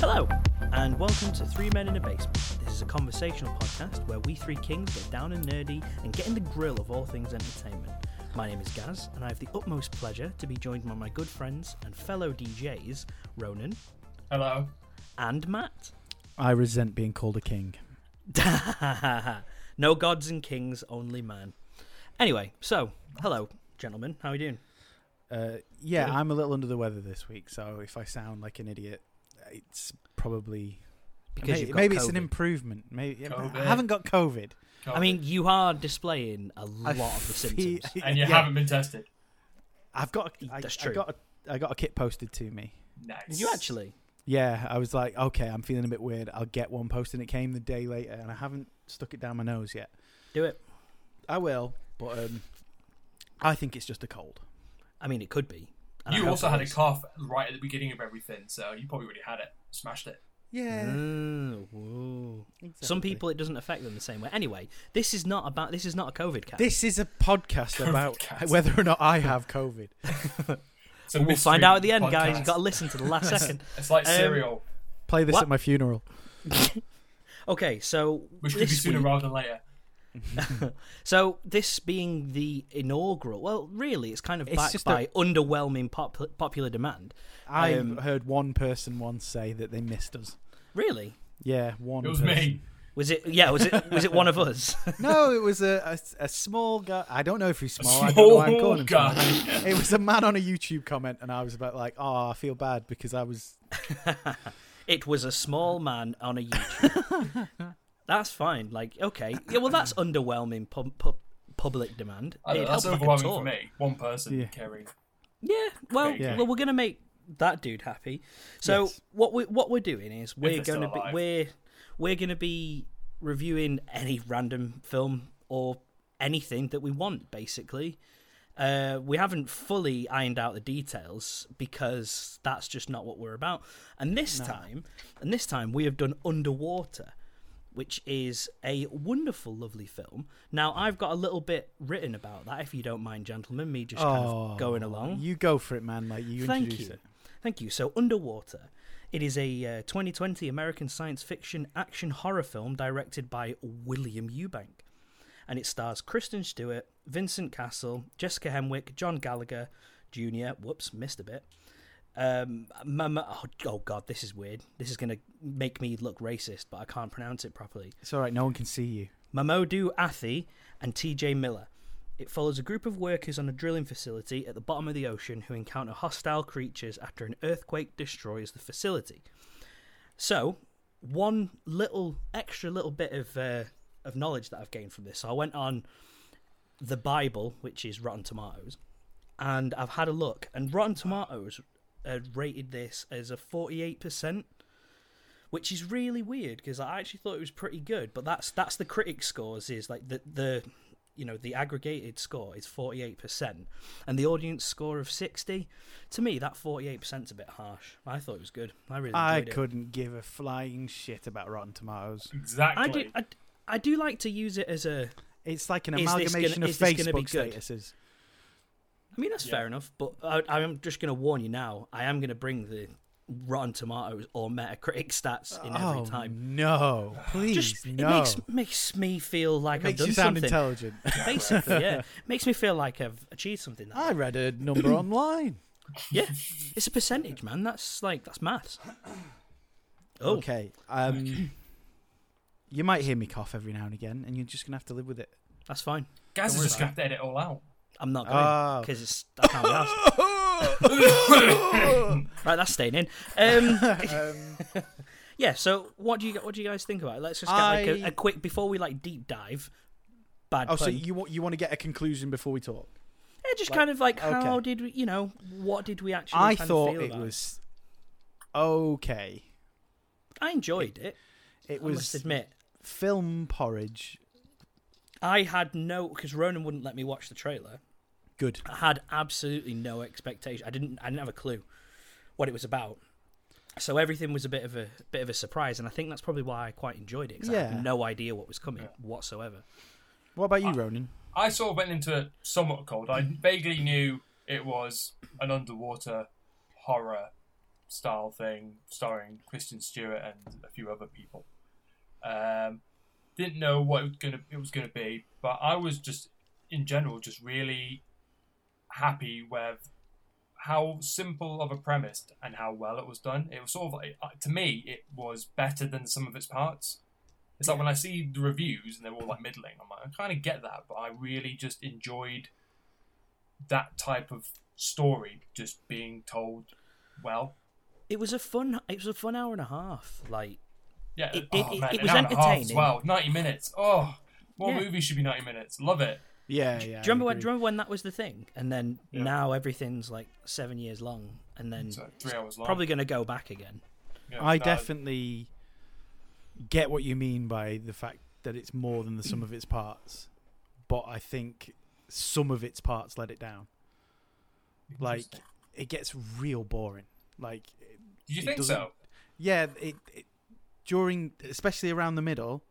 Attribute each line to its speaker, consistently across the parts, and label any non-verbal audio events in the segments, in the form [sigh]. Speaker 1: Hello, and welcome to Three Men in a Basement. This is a conversational podcast where we three kings get down and nerdy and get in the grill of all things entertainment. My name is Gaz, and I have the utmost pleasure to be joined by my good friends and fellow DJs, Ronan
Speaker 2: Hello.
Speaker 1: and Matt. [laughs]
Speaker 3: I resent being called a king.
Speaker 1: no gods and kings, only man. Anyway, so, hello, gentlemen. How are you doing?
Speaker 3: Uh, yeah,
Speaker 2: Good.
Speaker 3: I'm a little under the weather this week, so if I sound like an idiot, it's probably
Speaker 1: Because
Speaker 3: maybe,
Speaker 1: you've got
Speaker 3: maybe it's an
Speaker 1: COVID.
Speaker 3: improvement. Maybe
Speaker 2: COVID.
Speaker 3: I haven't got COVID.
Speaker 1: I mean, you are displaying a lot of the symptoms.
Speaker 3: [laughs] He-
Speaker 2: and you
Speaker 3: yeah,
Speaker 2: haven't been tested.
Speaker 3: I've got. I,
Speaker 1: That's
Speaker 3: I
Speaker 1: true.
Speaker 3: got a, I got a kit posted to me.
Speaker 2: Nice.
Speaker 1: You actually?
Speaker 3: Yeah, I was like, okay, I'm feeling a bit weird. I'll get one posted. It came the day later, and I haven't stuck it down my nose yet.
Speaker 1: Do it.
Speaker 3: I will, but um, I think it's just a cold.
Speaker 1: I mean, it could be. And uh, I
Speaker 2: You
Speaker 1: hope
Speaker 2: also
Speaker 1: it
Speaker 2: had a
Speaker 1: is.
Speaker 2: cough right at the beginning of everything, so you probably already had it. Smashed it.
Speaker 3: Yeah.
Speaker 1: Oh, whoa. Some
Speaker 3: exactly.
Speaker 1: people it doesn't affect them the same way. Anyway, this is not about this is not a COVID cast.
Speaker 3: This is a podcast about
Speaker 2: [laughs] Podcast.
Speaker 3: whether or not I have COVID.
Speaker 2: So
Speaker 1: we'll find out at the end, guys. You've got to listen to the
Speaker 3: [laughs]
Speaker 1: last second.
Speaker 2: It's like
Speaker 1: Um,
Speaker 2: cereal,
Speaker 3: Play this
Speaker 1: What?
Speaker 3: at my funeral.
Speaker 1: Okay, so
Speaker 2: which could be
Speaker 1: this
Speaker 2: sooner
Speaker 1: week-
Speaker 2: rather than later.
Speaker 1: so this being the inaugural. Well, really, it's kind of
Speaker 3: It's
Speaker 1: backed
Speaker 3: just
Speaker 1: by
Speaker 3: a-
Speaker 1: underwhelming pop- popular demand.
Speaker 3: I
Speaker 1: Um,
Speaker 3: heard one person once say that they missed us.
Speaker 1: Really,
Speaker 3: Yeah, one.
Speaker 2: It was
Speaker 3: person.
Speaker 2: me.
Speaker 1: was it? Yeah, was it?
Speaker 3: [laughs]
Speaker 1: Was it one of us?
Speaker 3: No, it was a, a, a small guy. I don't know if he's
Speaker 2: [laughs]
Speaker 3: small. I don't know why I'm calling him
Speaker 2: Small
Speaker 3: small.
Speaker 2: [laughs]
Speaker 3: It was a man on a YouTube comment, and I was about like, oh, I feel bad because I was.
Speaker 1: it was a small man on a YouTube. that's fine. Like, okay, yeah. Well, that's underwhelming pub- pub- public demand.
Speaker 2: I don't
Speaker 1: It'd
Speaker 2: know, that's
Speaker 1: help if I could
Speaker 2: overwhelming for
Speaker 1: talk.
Speaker 2: me. One person
Speaker 3: Yeah.
Speaker 2: caring.
Speaker 1: Yeah, well,
Speaker 2: Yeah.
Speaker 1: well, we're gonna make that dude happy. So
Speaker 3: Yes.
Speaker 1: what we what we're doing is we're
Speaker 2: they're still
Speaker 1: gonna be
Speaker 2: alive.
Speaker 1: we're we're gonna be reviewing any random film or anything that we want. Basically, uh, we haven't fully ironed out the details because that's just not what we're about. And this time, and this time we have done underwater. Which is a wonderful, lovely film. Now, I've got a little bit written about that, if you don't mind, gentlemen. Me just kind
Speaker 3: Oh,
Speaker 1: of going along.
Speaker 3: You go for it, man. Like you
Speaker 1: Thank
Speaker 3: introduce
Speaker 1: you.
Speaker 3: it.
Speaker 1: Thank you. So, Underwater. It is a uh, 2020 American science fiction action horror film directed by William Eubank. And it stars Kristen Stewart, Vincent Castle, Jessica Henwick, John Gallagher Jr. Whoops, missed a bit. Um, Mama, oh, oh God, this is weird. This is going to make me look racist, but I can't pronounce it properly.
Speaker 3: It's all right. No one can see you.
Speaker 1: Mamoudou Athi and TJ Miller. It follows a group of workers on a drilling facility at the bottom of the ocean who encounter hostile creatures after an earthquake destroys the facility. So, one little extra little bit of uh, of knowledge that I've gained from this. So I went on the Bible, which is Rotten Tomatoes, and I've had a look, and Rotten Tomatoes uh, rated this as a forty-eight percent which is really weird because I actually thought it was pretty good. But that's that's the critic scores is like the the you know the aggregated score is forty eight percent, and the audience score of sixty. To me, that forty eight percent's a bit harsh. I thought it was good. I really enjoyed
Speaker 3: I
Speaker 1: it.
Speaker 3: couldn't give a flying shit about Rotten Tomatoes.
Speaker 2: Exactly.
Speaker 1: I do. I, I do like to use it as a.
Speaker 3: It's like an
Speaker 1: Is this
Speaker 3: amalgamation
Speaker 1: gonna-
Speaker 3: of
Speaker 1: is this gonna be
Speaker 3: Facebook
Speaker 1: good?
Speaker 3: statuses.
Speaker 1: I mean that's
Speaker 2: Yeah.
Speaker 1: fair enough, but I, I'm just going to warn you now. I am going to bring the Rotten Tomatoes or Metacritic stats in
Speaker 3: oh
Speaker 1: every time.
Speaker 3: no! Please,
Speaker 1: Just
Speaker 3: no.
Speaker 1: it makes makes me feel like I've
Speaker 3: makes
Speaker 1: done
Speaker 3: you sound
Speaker 1: something.
Speaker 3: intelligent.
Speaker 1: Basically,
Speaker 3: [laughs]
Speaker 1: yeah, makes me feel like I've achieved something. that
Speaker 3: I read a [coughs] number online.
Speaker 1: Yeah, it's a percentage, man. That's like that's maths. Oh,
Speaker 3: Okay. Um, you might hear me cough every now and again, and you're just gonna have to live [laughs] with it.
Speaker 1: that's fine.
Speaker 2: Gaz
Speaker 1: worry
Speaker 2: is just
Speaker 1: about
Speaker 2: going to edit it all out.
Speaker 1: I'm not
Speaker 3: Oh.
Speaker 1: going because it's that's how we asked. right, that's staying in. Um,
Speaker 3: [laughs]
Speaker 1: [laughs] yeah. So, what do you what do you guys think about it? Let's just get like
Speaker 3: I-
Speaker 1: a, a quick before we like deep dive. Bad.
Speaker 3: Oh, so
Speaker 1: pun.
Speaker 3: you want you want to get a conclusion before we talk?
Speaker 1: Yeah, just kind of like
Speaker 3: okay.
Speaker 1: how did we? You know, what did we actually?
Speaker 3: I
Speaker 1: kind of
Speaker 3: thought
Speaker 1: feel
Speaker 3: it
Speaker 1: about
Speaker 3: was okay.
Speaker 1: I enjoyed it.
Speaker 3: It
Speaker 1: I must
Speaker 3: was
Speaker 1: admit,
Speaker 3: film porridge.
Speaker 1: I had no because Ronan wouldn't let me watch the trailer.
Speaker 3: Good.
Speaker 1: I had absolutely no expectation. I didn't. I didn't have a clue what it was about. So everything was a bit of a bit of a surprise, and I think that's probably why I quite enjoyed it. 'cause I
Speaker 3: Yeah.
Speaker 1: had no idea what was coming whatsoever.
Speaker 3: What about you, Ronan?
Speaker 2: I sort of went into it somewhat cold. I vaguely knew it was an underwater horror style thing starring Kristen Stewart and a few other people. Um, didn't know what it was gonna it was gonna be, but I was just in general just really happy with how simple of a premise and how well it was done. It was sort of like, uh, to me, it was better than some of its parts. It's like when I see the reviews and they're all like middling, I'm like, I kind of get that, but I really just enjoyed that type of story just being told well.
Speaker 1: It was a fun. It was a fun hour and a half. Like
Speaker 2: Yeah,
Speaker 1: It-
Speaker 2: oh,
Speaker 1: it-
Speaker 2: man,
Speaker 1: it
Speaker 2: an
Speaker 1: was
Speaker 2: hour and a half as
Speaker 1: entertaining.
Speaker 2: well. 90 minutes. Oh, more
Speaker 1: Yeah.
Speaker 2: movies should be 90 minutes. Love it.
Speaker 3: Yeah, yeah.
Speaker 1: Do you remember when? Do you remember when that was the thing? And then
Speaker 2: Yeah.
Speaker 1: now everything's like seven years long, and then
Speaker 2: So three hours long.
Speaker 1: probably going to go back again.
Speaker 2: Yeah,
Speaker 3: I
Speaker 2: no,
Speaker 3: definitely get what you mean by the fact that it's more than the sum of its parts, but I think some of its parts let it down. Like
Speaker 2: interesting.
Speaker 3: it gets real boring. Like
Speaker 2: Did you
Speaker 3: it
Speaker 2: think
Speaker 3: doesn't-
Speaker 2: so?
Speaker 3: yeah, it, it during especially around the middle.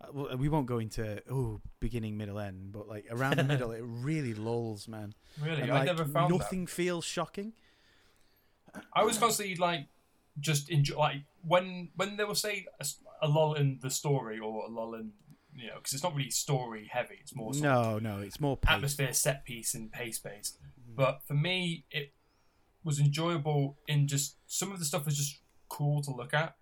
Speaker 3: uh, well, We won't go into oh beginning, middle, end, but like around the middle,
Speaker 1: [laughs]
Speaker 3: it really lulls, man.
Speaker 2: Really?
Speaker 3: And,
Speaker 2: I
Speaker 3: like,
Speaker 2: never found that.
Speaker 3: nothing feels shocking.
Speaker 2: I was constantly like just enjoy like when when they will say a, s- a lull in the story or a lull in you know because it's not really story heavy it's more sort of
Speaker 3: No, no, it's more pace.
Speaker 2: atmosphere set piece and pace based
Speaker 1: Mm.
Speaker 2: but for me it was enjoyable in just some of the stuff was just cool to look at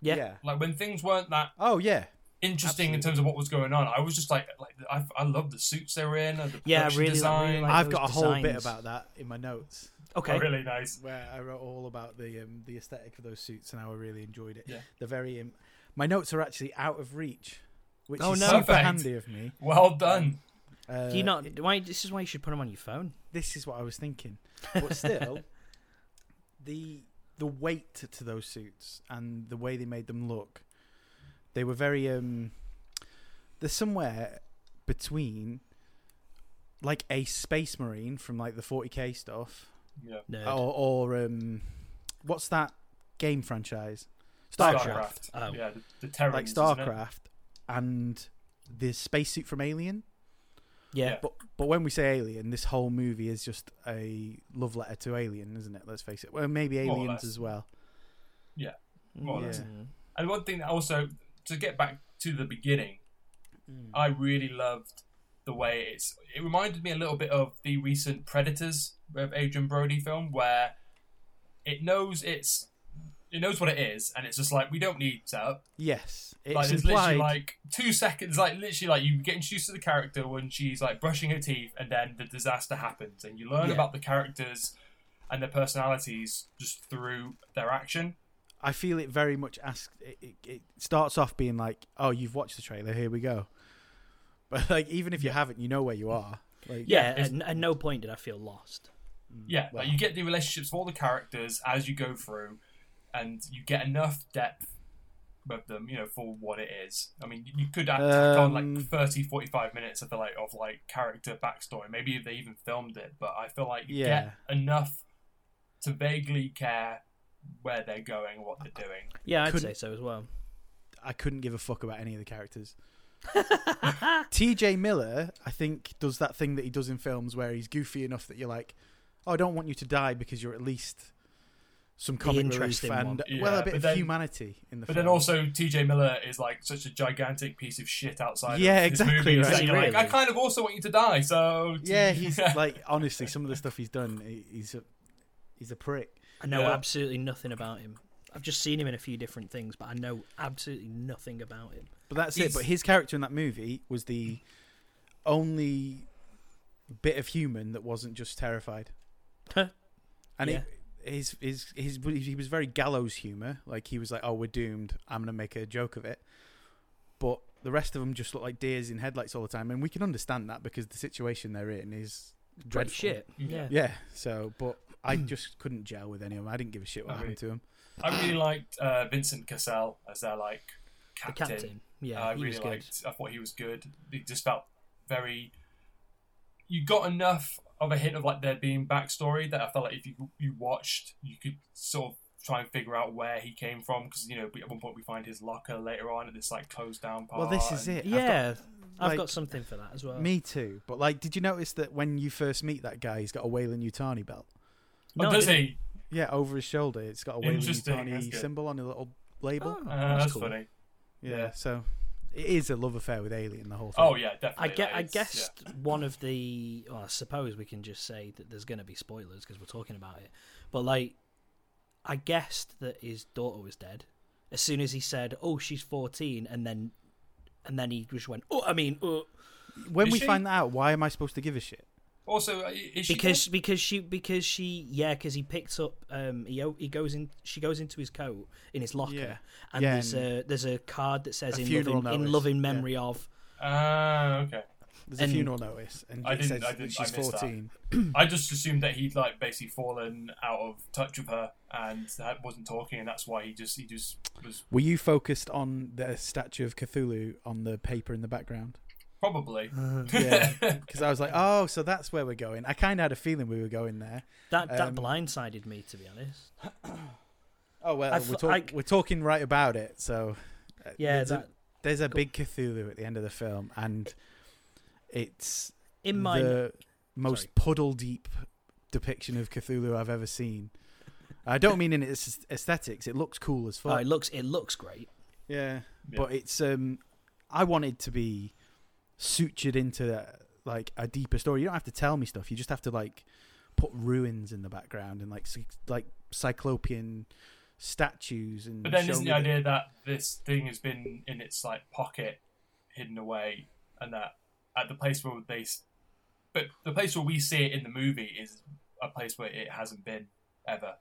Speaker 1: Yeah.
Speaker 2: like when things weren't that
Speaker 3: Oh yeah.
Speaker 2: interesting in
Speaker 3: Absolutely.
Speaker 2: terms of what was going on I was just like like I, I love the suits they were in and the
Speaker 1: Yeah, I
Speaker 2: production
Speaker 1: really like- really
Speaker 2: design
Speaker 1: like-
Speaker 3: I've
Speaker 1: those
Speaker 3: got a whole bit
Speaker 1: designs.
Speaker 3: about that in my notes.
Speaker 1: Okay.
Speaker 2: Oh, really nice
Speaker 3: where I wrote all about the um, the aesthetic of those suits and how I really enjoyed it.
Speaker 2: Yeah.
Speaker 3: The very um, my notes are actually out of reach, which
Speaker 1: Oh,
Speaker 3: is
Speaker 1: no.
Speaker 3: super
Speaker 2: Perfect.
Speaker 3: handy of me.
Speaker 2: well done
Speaker 3: Uh,
Speaker 1: Do you not? Why? This is why you should put them on your phone.
Speaker 3: This is what I was thinking, but
Speaker 1: [laughs]
Speaker 3: still, the the weight to those suits and the way they made them look, they were very um. They're somewhere between, like a space marine from like the 40k stuff,
Speaker 2: yeah
Speaker 1: Nerd.
Speaker 3: or, or um, what's that game franchise?
Speaker 1: Starcraft. Oh.
Speaker 2: yeah the, the Terrans,
Speaker 3: like
Speaker 2: isn't it?
Speaker 3: StarCraft and the spacesuit from Alien.
Speaker 1: yeah.
Speaker 2: yeah.
Speaker 3: But but when we say Alien, this whole movie is just a love letter to Alien, isn't it? Let's face it. Well, maybe
Speaker 2: More or
Speaker 3: Aliens
Speaker 2: less.
Speaker 3: as well.
Speaker 2: More or
Speaker 3: Yeah.
Speaker 2: less. And one thing that also to get back to the beginning,
Speaker 3: Mm.
Speaker 2: I really loved the way it's. It reminded me a little bit of the recent Predators of Adrian Brody film, where it knows it's it knows what it is, and it's just like we don't need setup.
Speaker 3: Yes, it's
Speaker 2: Like there's
Speaker 3: implied.
Speaker 2: literally like two seconds, like literally like you get introduced to the character when she's like brushing her teeth, and then the disaster happens, and you learn
Speaker 3: Yeah.
Speaker 2: about the characters and their personalities just through their action.
Speaker 3: I feel it very much asks. It, it, it starts off being like, "Oh, you've watched the trailer. Here we go." [laughs] But like, even if you haven't, you know where you are. Like,
Speaker 1: Yeah,
Speaker 2: it's-
Speaker 1: and at no point did I feel lost.
Speaker 2: Yeah,
Speaker 3: Wow.
Speaker 2: like you get the relationships of all the characters as you go through, and you get enough depth with them, you know, for what it is. I mean, you could act on
Speaker 3: Um,
Speaker 2: like 30, 45 minutes, I feel like, of like character backstory. Maybe if they even filmed it, but I feel like you
Speaker 3: Yeah.
Speaker 2: get enough to vaguely care where they're going, what they're doing.
Speaker 1: Yeah, I'd
Speaker 3: Couldn't-
Speaker 1: say so as well.
Speaker 3: I couldn't give a fuck about any of
Speaker 1: [laughs]
Speaker 3: the characters. TJ Miller, I think, does that thing that he does in films where he's goofy enough that you're like, oh, I don't want you to die because you're at least some comic relief
Speaker 1: interesting one.
Speaker 3: and
Speaker 2: Yeah,
Speaker 3: well a
Speaker 2: but
Speaker 3: bit of
Speaker 2: then-
Speaker 3: humanity in the
Speaker 2: But
Speaker 3: film.
Speaker 2: then also, TJ Miller is like such a gigantic piece of shit outside
Speaker 3: Yeah,
Speaker 2: of his
Speaker 3: exactly,
Speaker 2: movies
Speaker 3: right.
Speaker 2: that you're like,
Speaker 1: Really.
Speaker 2: I kind of also want you to die, so. [laughs]
Speaker 3: yeah, he's like honestly, some of the stuff he's done, he- he's a he's a prick.
Speaker 1: I know
Speaker 2: Yeah.
Speaker 1: absolutely nothing about him. I've just seen him in a few different things, but I know absolutely nothing about him. [laughs]
Speaker 3: But that's it.
Speaker 2: He's-
Speaker 3: But his character in that movie was the only bit of human that wasn't just terrified.
Speaker 1: Huh.
Speaker 3: and
Speaker 1: Yeah.
Speaker 3: it, his his his he was very gallows humor. Like he was like, "Oh, we're doomed. I'm gonna make a joke of it." But the rest of them just look like deers in headlights all the time, and we can understand that because the situation they're in is
Speaker 1: Dread
Speaker 3: dreadful.
Speaker 1: shit. Yeah.
Speaker 2: Yeah.
Speaker 3: Yeah. So, but
Speaker 1: [clears throat]
Speaker 3: I just couldn't gel with any of them. I didn't give a shit what
Speaker 2: Oh,
Speaker 3: happened to him.
Speaker 2: I really liked uh, Vincent Cassell as their like
Speaker 1: The
Speaker 2: captain.
Speaker 1: captain. Yeah, he
Speaker 2: I really
Speaker 1: was good.
Speaker 2: liked. I thought he was good. He just felt very. You got enough of a hint of like there being backstory that I felt like if you you watched, you could sort of try and figure out where he came from because you know we- at one point we find his locker later on at this like closed down part.
Speaker 3: Well, this is
Speaker 2: and-
Speaker 3: it. I've uh, got-
Speaker 1: Yeah, I've got,
Speaker 3: like-
Speaker 1: something for that as well.
Speaker 3: Me too. But like, did you notice that when you first meet that guy, he's got a Wayland Utani belt?
Speaker 2: Oh,
Speaker 1: I
Speaker 2: does
Speaker 1: didn't-
Speaker 2: he?
Speaker 3: Yeah, over his shoulder, it's got a waving
Speaker 2: Interesting, that's
Speaker 3: Utani
Speaker 2: good.
Speaker 3: symbol on a little label.
Speaker 1: Oh,
Speaker 2: Uh, that's
Speaker 1: cool.
Speaker 2: funny.
Speaker 3: yeah,
Speaker 2: yeah.
Speaker 3: so it is a love affair with Alien. The whole thing.
Speaker 2: Oh yeah, definitely.
Speaker 1: I get.
Speaker 2: like,
Speaker 1: I
Speaker 2: it's-
Speaker 1: guessed
Speaker 3: [clears throat]
Speaker 1: one of the. Well, I suppose we can just say that there's going to be spoilers because we're talking about it. But like, I guessed that his daughter was dead as soon as he said, "Oh, she's 14," and then, and then he just went, "Oh, I mean, oh,"
Speaker 3: when
Speaker 2: Is
Speaker 3: we
Speaker 2: she-
Speaker 3: find that out, why am I supposed to give a shit?
Speaker 2: yeah. Also, uh, is she
Speaker 1: because
Speaker 2: dead?
Speaker 1: because she because she yeah because he picks up um he o- he goes in she goes into his coat in his locker
Speaker 3: Yeah.
Speaker 1: and
Speaker 3: Yeah,
Speaker 1: there's
Speaker 3: and
Speaker 1: a there's a card that says
Speaker 3: a
Speaker 1: in
Speaker 3: funeral
Speaker 1: loving, in
Speaker 3: notice,
Speaker 1: loving
Speaker 3: yeah.
Speaker 1: memory
Speaker 3: [laughs]
Speaker 1: of
Speaker 2: Ah, okay.
Speaker 3: There's
Speaker 1: And-
Speaker 3: a funeral notice, and
Speaker 2: I
Speaker 3: it
Speaker 2: didn't-
Speaker 3: says
Speaker 2: I didn't-
Speaker 3: that she's
Speaker 2: I missed that.
Speaker 3: fourteen.
Speaker 2: I just assumed that he'd like basically fallen out of touch with her and that wasn't talking, and that's why he just he just was
Speaker 3: Were you focused on the statue of Cthulhu on the paper in
Speaker 2: [laughs]
Speaker 3: the background?
Speaker 2: probably.
Speaker 3: Yeah, because I was like, oh, so that's where we're going. I kind of had a feeling we were going there.
Speaker 1: that that
Speaker 3: Um,
Speaker 1: blindsided me to be honest
Speaker 3: Oh well,
Speaker 1: I
Speaker 3: we're,
Speaker 1: thought-
Speaker 3: talk-
Speaker 1: I-
Speaker 3: we're talking right about it. So uh,
Speaker 1: yeah
Speaker 3: there's a-
Speaker 1: that
Speaker 3: there's a big Cthulhu at the end of the film, and it's
Speaker 1: in my
Speaker 3: the most
Speaker 1: Sorry.
Speaker 3: puddle deep depiction of Cthulhu I've ever seen. I don't mean in its aesthetics; it looks cool as
Speaker 1: oh,
Speaker 3: fuck.
Speaker 1: it looks it looks great
Speaker 3: yeah, but it's um, I wanted to be sutured into uh, like a deeper story. You don't have to tell me stuff; you just have to like put ruins in the background and like cy- like cyclopean statues and.
Speaker 2: But then
Speaker 3: show
Speaker 2: isn't
Speaker 3: me
Speaker 2: the
Speaker 3: that-
Speaker 2: idea that this thing has been in its like pocket, hidden away, and that at the place where they, s- but the place where we see it in the movie is a place where it hasn't been ever.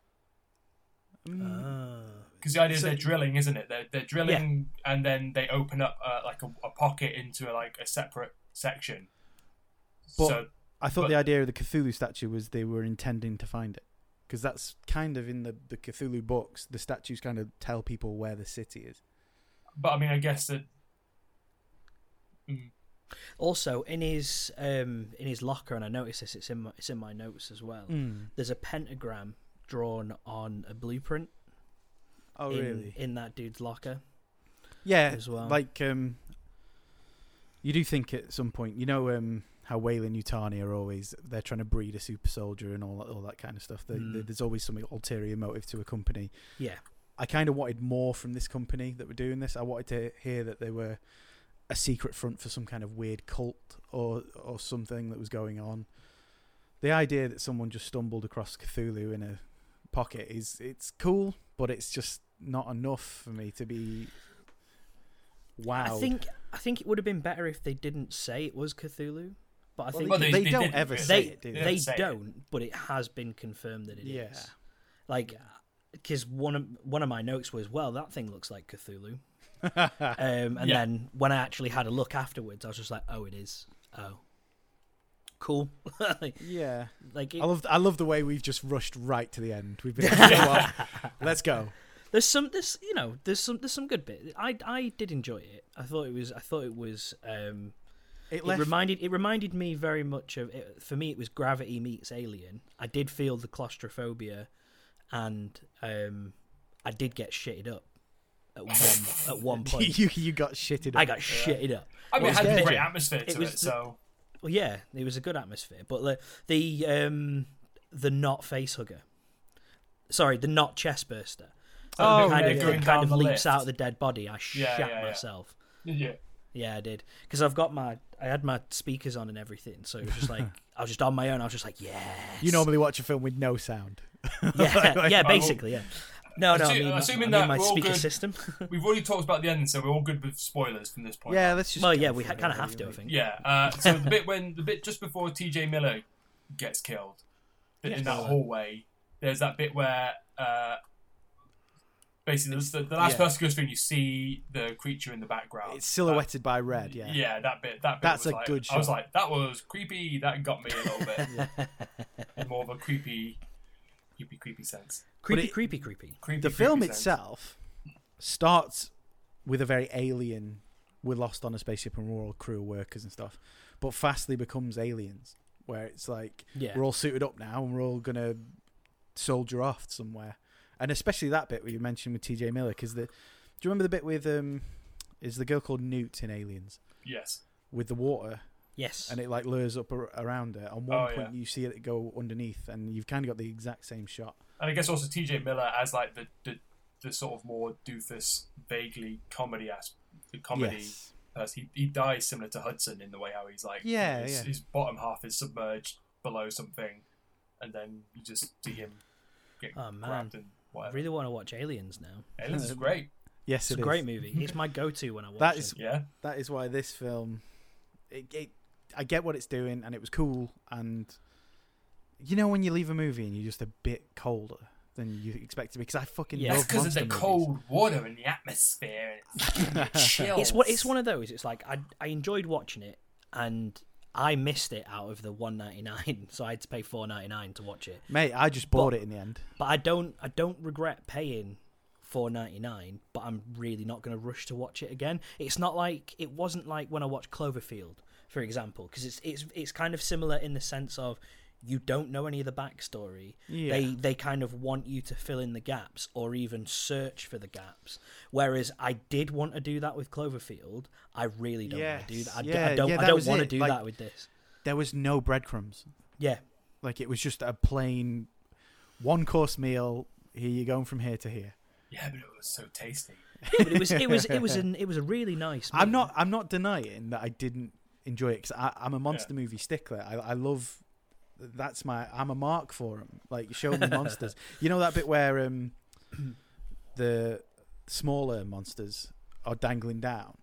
Speaker 3: Mm,
Speaker 2: Because the idea is
Speaker 3: So-
Speaker 2: they're drilling, isn't it? They're, they're drilling, and then they open up uh, like a, a pocket into a, like a separate section.
Speaker 3: But-
Speaker 2: so
Speaker 3: I thought
Speaker 2: But-
Speaker 3: the idea of the Cthulhu statue was they were intending to find it. Because that's kind of in the, the Cthulhu books. The statues kind of tell people where the city is.
Speaker 2: But I mean, I guess that
Speaker 1: also in his um in his locker and I noticed this it's in my, it's in my notes as well
Speaker 3: Mm.
Speaker 1: there's a pentagram drawn on a blueprint
Speaker 3: Oh,
Speaker 1: in,
Speaker 3: really?
Speaker 1: in that dude's locker
Speaker 3: yeah.
Speaker 1: as well.
Speaker 3: Like, um, you do think at some point, you know, um, how Wayland Utani are always they're trying to breed a super soldier and all that, all that kind of stuff. They,
Speaker 1: Mm.
Speaker 3: they- there's always some ulterior motive to a company.
Speaker 1: yeah
Speaker 3: I kind of wanted more from this company that were doing this. I wanted to hear that they were a secret front for some kind of weird cult or or something that was going on. The idea that someone just stumbled across Cthulhu in a pocket is it's cool, but it's just not enough for me to be wow.
Speaker 1: I think I think it would have been better if they didn't say it was Cthulhu but I
Speaker 3: Well,
Speaker 1: think
Speaker 3: But
Speaker 2: they,
Speaker 3: they don't
Speaker 2: didn't
Speaker 3: ever
Speaker 2: really.
Speaker 3: say
Speaker 1: they
Speaker 3: it, do
Speaker 1: they,
Speaker 3: they?
Speaker 2: say it.
Speaker 1: don't but it has been confirmed that it is.
Speaker 3: yeah.
Speaker 1: like because one of one of my notes was well that thing looks like
Speaker 3: [laughs]
Speaker 1: Cthulhu um, and
Speaker 2: Yeah.
Speaker 1: then when I actually had a look afterwards I was just like oh it is oh cool [laughs] like,
Speaker 3: Yeah.
Speaker 1: like it,
Speaker 3: I love I love the way we've just rushed right to the end. We've been [laughs] like, "You know what? let's go.
Speaker 1: There's some this you know there's some there's some good bit. I I did enjoy it. I thought it was I thought it was um
Speaker 3: It
Speaker 1: it
Speaker 3: left [laughs]
Speaker 1: reminded it reminded me very much of it, for me it was Gravity meets Alien. I did feel the claustrophobia and um I did get shitted up at one at one point.
Speaker 3: you you got shitted
Speaker 1: I got shitted up.
Speaker 2: I mean, it
Speaker 1: was
Speaker 2: had a
Speaker 1: good.
Speaker 2: great atmosphere to
Speaker 1: It
Speaker 2: it,
Speaker 1: was the-
Speaker 2: so
Speaker 1: Well, yeah, it was a good atmosphere, but the the um the not face hugger. Sorry, the not chest burster.
Speaker 2: Oh,
Speaker 1: kind
Speaker 2: yeah,
Speaker 1: of,
Speaker 2: yeah.
Speaker 1: that
Speaker 2: going
Speaker 1: kind
Speaker 2: down
Speaker 1: of
Speaker 2: the
Speaker 1: leaps
Speaker 2: lift.
Speaker 1: out of the dead body. I
Speaker 2: Yeah,
Speaker 1: shat
Speaker 2: yeah, yeah.
Speaker 1: myself.
Speaker 2: yeah.
Speaker 1: Yeah, I did because I've got my I had my speakers on and everything, so it was just
Speaker 3: [laughs]
Speaker 1: like I was just on my own. I was just like, yes,
Speaker 3: You normally watch a film with no sound.
Speaker 1: yeah, yeah,
Speaker 3: oh.
Speaker 2: will-
Speaker 1: basically, yeah. No, no, I
Speaker 2: Assu-
Speaker 1: mean,
Speaker 2: assuming
Speaker 1: I mean
Speaker 2: that
Speaker 1: my
Speaker 2: we're all
Speaker 1: speaker
Speaker 2: good- [laughs]
Speaker 1: system.
Speaker 2: We've already talked about the ending, so we're all good with spoilers from this point.
Speaker 3: [laughs] Yeah, let's
Speaker 1: [laughs]
Speaker 3: just.
Speaker 1: well,
Speaker 3: go
Speaker 1: yeah,
Speaker 3: for
Speaker 1: we ha-
Speaker 3: it,
Speaker 1: kind of
Speaker 3: really,
Speaker 1: have to, I
Speaker 3: mate.
Speaker 1: think.
Speaker 2: Yeah. Uh, so the bit when the bit just before T.J. Miller gets killed that- in that hallway, there's that bit where uh, basically the, the last
Speaker 3: yeah.
Speaker 2: person goes through, and you see the creature in the background.
Speaker 3: It's silhouetted by
Speaker 1: Mm,
Speaker 3: red. Yeah.
Speaker 2: Yeah, that bit. That bit
Speaker 3: That's
Speaker 2: was
Speaker 3: a
Speaker 2: like,
Speaker 3: good
Speaker 2: I was
Speaker 3: shot.
Speaker 2: like, that was creepy. That got me a little bit.
Speaker 3: [laughs]
Speaker 2: More of a creepy, creepy, creepy sense.
Speaker 1: Creepy,
Speaker 3: it-
Speaker 1: creepy, creepy.
Speaker 2: Creepy,
Speaker 3: The
Speaker 2: creepy
Speaker 3: film
Speaker 2: sense.
Speaker 3: itself starts with a very alien. We're lost on a spaceship and we're all crew of workers and stuff, but fastly becomes aliens, where it's like
Speaker 1: Yeah.
Speaker 3: we're all suited up now and we're all gonna soldier off somewhere. And especially that bit where you mentioned with T.J. Miller, because the do you remember the bit with um is the girl called Newt in Aliens
Speaker 2: Yes.
Speaker 3: with the water
Speaker 1: Yes.
Speaker 3: and it like lures up ar- around it. On
Speaker 2: Oh,
Speaker 3: one
Speaker 2: yeah.
Speaker 3: point, you see it go underneath, and you've kind of got the exact same shot.
Speaker 2: and I guess also T.J. Miller as like the, the the sort of more doofus, vaguely comedy as the comedy
Speaker 3: Yes.
Speaker 2: person. He, he dies similar to Hudson in the way how he's like
Speaker 3: Yeah,
Speaker 2: his,
Speaker 3: yeah.
Speaker 2: his bottom half is submerged below something, and then you just see him get
Speaker 1: Oh, man.
Speaker 2: grabbed and
Speaker 1: I
Speaker 2: whatever.
Speaker 1: really want to watch Aliens now.
Speaker 2: Aliens is great.
Speaker 3: Yes,
Speaker 1: It's a
Speaker 3: it is.
Speaker 1: great movie. It's my go-to when I watch
Speaker 3: That
Speaker 1: it.
Speaker 3: is-
Speaker 2: Yeah,
Speaker 3: That is why this film, it, it, I get what it's doing, and it was cool. And you know when you leave a movie and you're just a bit colder than you expect to be, because I fucking
Speaker 1: Yeah.
Speaker 2: that's
Speaker 3: love
Speaker 2: because of
Speaker 3: monster
Speaker 2: the
Speaker 3: movies.
Speaker 2: cold water and the atmosphere.
Speaker 1: [laughs]
Speaker 2: And it's chills.
Speaker 1: It's what it's one of those. It's like I I enjoyed watching it and I missed it out of the 199, [laughs] so I had to pay 499 to watch it.
Speaker 3: Mate, I just bought it in the end.
Speaker 1: But I don't I don't regret paying 499, but I'm really not going to rush to watch it again. It's not like it wasn't like when I watched Cloverfield, for example, because it's it's it's kind of similar in the sense of you don't know any of the backstory.
Speaker 3: Yeah.
Speaker 1: They they kind of want you to fill in the gaps or even search for the gaps. Whereas I did want to do that with Cloverfield. I really don't want
Speaker 3: Yes.
Speaker 1: to do that. I, d- I
Speaker 3: Yeah,
Speaker 1: don't
Speaker 3: yeah,
Speaker 1: I
Speaker 3: that
Speaker 1: don't
Speaker 3: was
Speaker 1: want to
Speaker 3: it.
Speaker 1: do
Speaker 3: Like-
Speaker 1: that with this.
Speaker 3: There was no breadcrumbs.
Speaker 1: Yeah.
Speaker 3: Like it was just a plain one course meal. Here you're going from here to here.
Speaker 2: yeah, but it was so tasty.
Speaker 1: But it was it was it was an it was a really nice
Speaker 3: [laughs] I'm
Speaker 1: meal.
Speaker 3: not. I'm not denying that I didn't enjoy it because I'm a monster movie stickler. I, I love. That's my. I'm a mark for them. Like show me monsters. You know that bit where um, the smaller monsters are dangling down.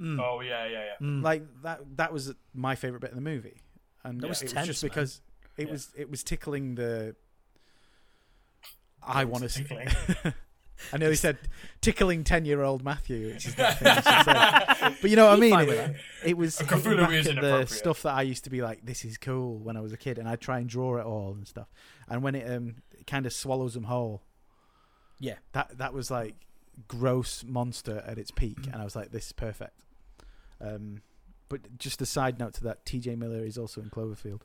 Speaker 1: Mm.
Speaker 2: Oh yeah, yeah, yeah.
Speaker 1: Mm.
Speaker 3: Like that. That was my favorite bit in the movie, and
Speaker 1: That was
Speaker 3: it
Speaker 1: tense,
Speaker 3: was just
Speaker 1: man.
Speaker 3: because it
Speaker 2: Yeah.
Speaker 3: was it was tickling the. I want to. See.
Speaker 2: Tickling.
Speaker 3: [laughs] I know he said tickling ten year old Matthew, which is that thing he
Speaker 1: [laughs]
Speaker 3: should say. but you know what I mean.
Speaker 1: fine with
Speaker 3: It, it was
Speaker 2: A Cthulhu
Speaker 3: hitting back
Speaker 2: is
Speaker 3: at the
Speaker 2: inappropriate.
Speaker 3: stuff that I used to be like, this is cool when I was a kid, and I try and draw it all and stuff. And when it um kind of swallows them whole,
Speaker 1: Yeah.
Speaker 3: that that was like gross monster at its peak,
Speaker 2: Mm.
Speaker 3: and I was like, this is perfect. Um, but just a side note to that, T.J. Miller is also in Cloverfield,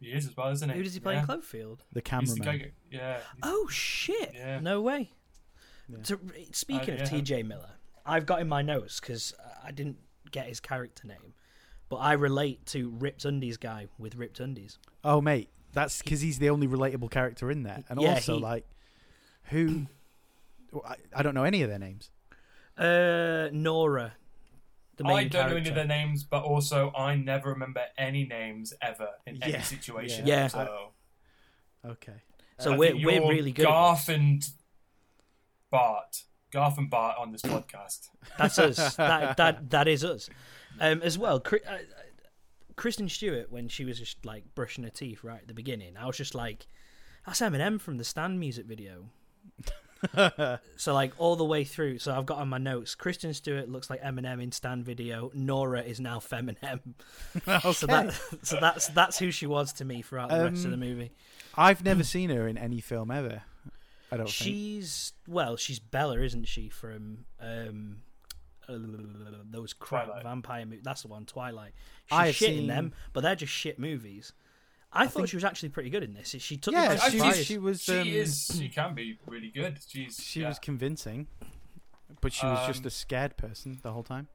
Speaker 2: He is as well, isn't he?
Speaker 1: Who does he play
Speaker 2: yeah.
Speaker 1: in Cloverfield?
Speaker 3: the
Speaker 2: He's the
Speaker 3: cameraman.
Speaker 2: guy. who- Yeah.
Speaker 1: Oh shit!
Speaker 2: Yeah. Uh,
Speaker 1: No way.
Speaker 3: Yeah.
Speaker 1: To, speaking
Speaker 2: yeah.
Speaker 1: of T.J. Miller, I've got in my notes because I didn't get his character name, but I relate to Ripped Undies guy with Ripped Undies.
Speaker 3: Oh, mate, that's because he's the only relatable character in there, and
Speaker 1: Yeah,
Speaker 3: also
Speaker 1: he-
Speaker 3: like, who? [clears throat] Well, I, I don't know any of their names.
Speaker 1: Uh, Nora, the main
Speaker 2: I don't know any
Speaker 1: character.
Speaker 2: of their names, but also I never remember any names ever in
Speaker 3: Yeah, Uh,
Speaker 2: any situation.
Speaker 1: yeah. Yeah.
Speaker 2: So,
Speaker 3: Okay.
Speaker 1: So
Speaker 2: I
Speaker 1: we're
Speaker 2: think
Speaker 1: we're
Speaker 2: you're
Speaker 1: really good. at
Speaker 2: Garth and Bart. Garth and Bart on this podcast.
Speaker 1: this. That's us. That that that is us. Um, as well, Chri- uh, uh, Kristen Stewart when she was just like brushing her teeth right at the beginning, I was just like, "That's Eminem from the Stand music video." So like all the way through. So I've got on my notes. Kristen Stewart looks like Eminem in Stan video. Nora is now Feminem. So that so that's that's who she was to me throughout the rest of the movie.
Speaker 3: I've never seen her in any film ever. I don't think.
Speaker 1: She's well, she's Bella, isn't she? From um, uh, those crap
Speaker 2: Twilight.
Speaker 1: vampire movies. That's the one, Twilight. She's
Speaker 3: I have
Speaker 1: shit
Speaker 3: seen-
Speaker 1: in them, but they're just shit movies. I, thought
Speaker 3: think-
Speaker 1: she was actually pretty good in this. She took the
Speaker 3: Yeah, I-
Speaker 1: best
Speaker 3: she-
Speaker 2: she's-
Speaker 1: surprise.
Speaker 3: she was,
Speaker 2: She
Speaker 3: um,
Speaker 2: is. She can be really good. She's.
Speaker 3: She
Speaker 2: yeah.
Speaker 3: was convincing, but she was just
Speaker 2: Um,
Speaker 3: a scared person the whole time.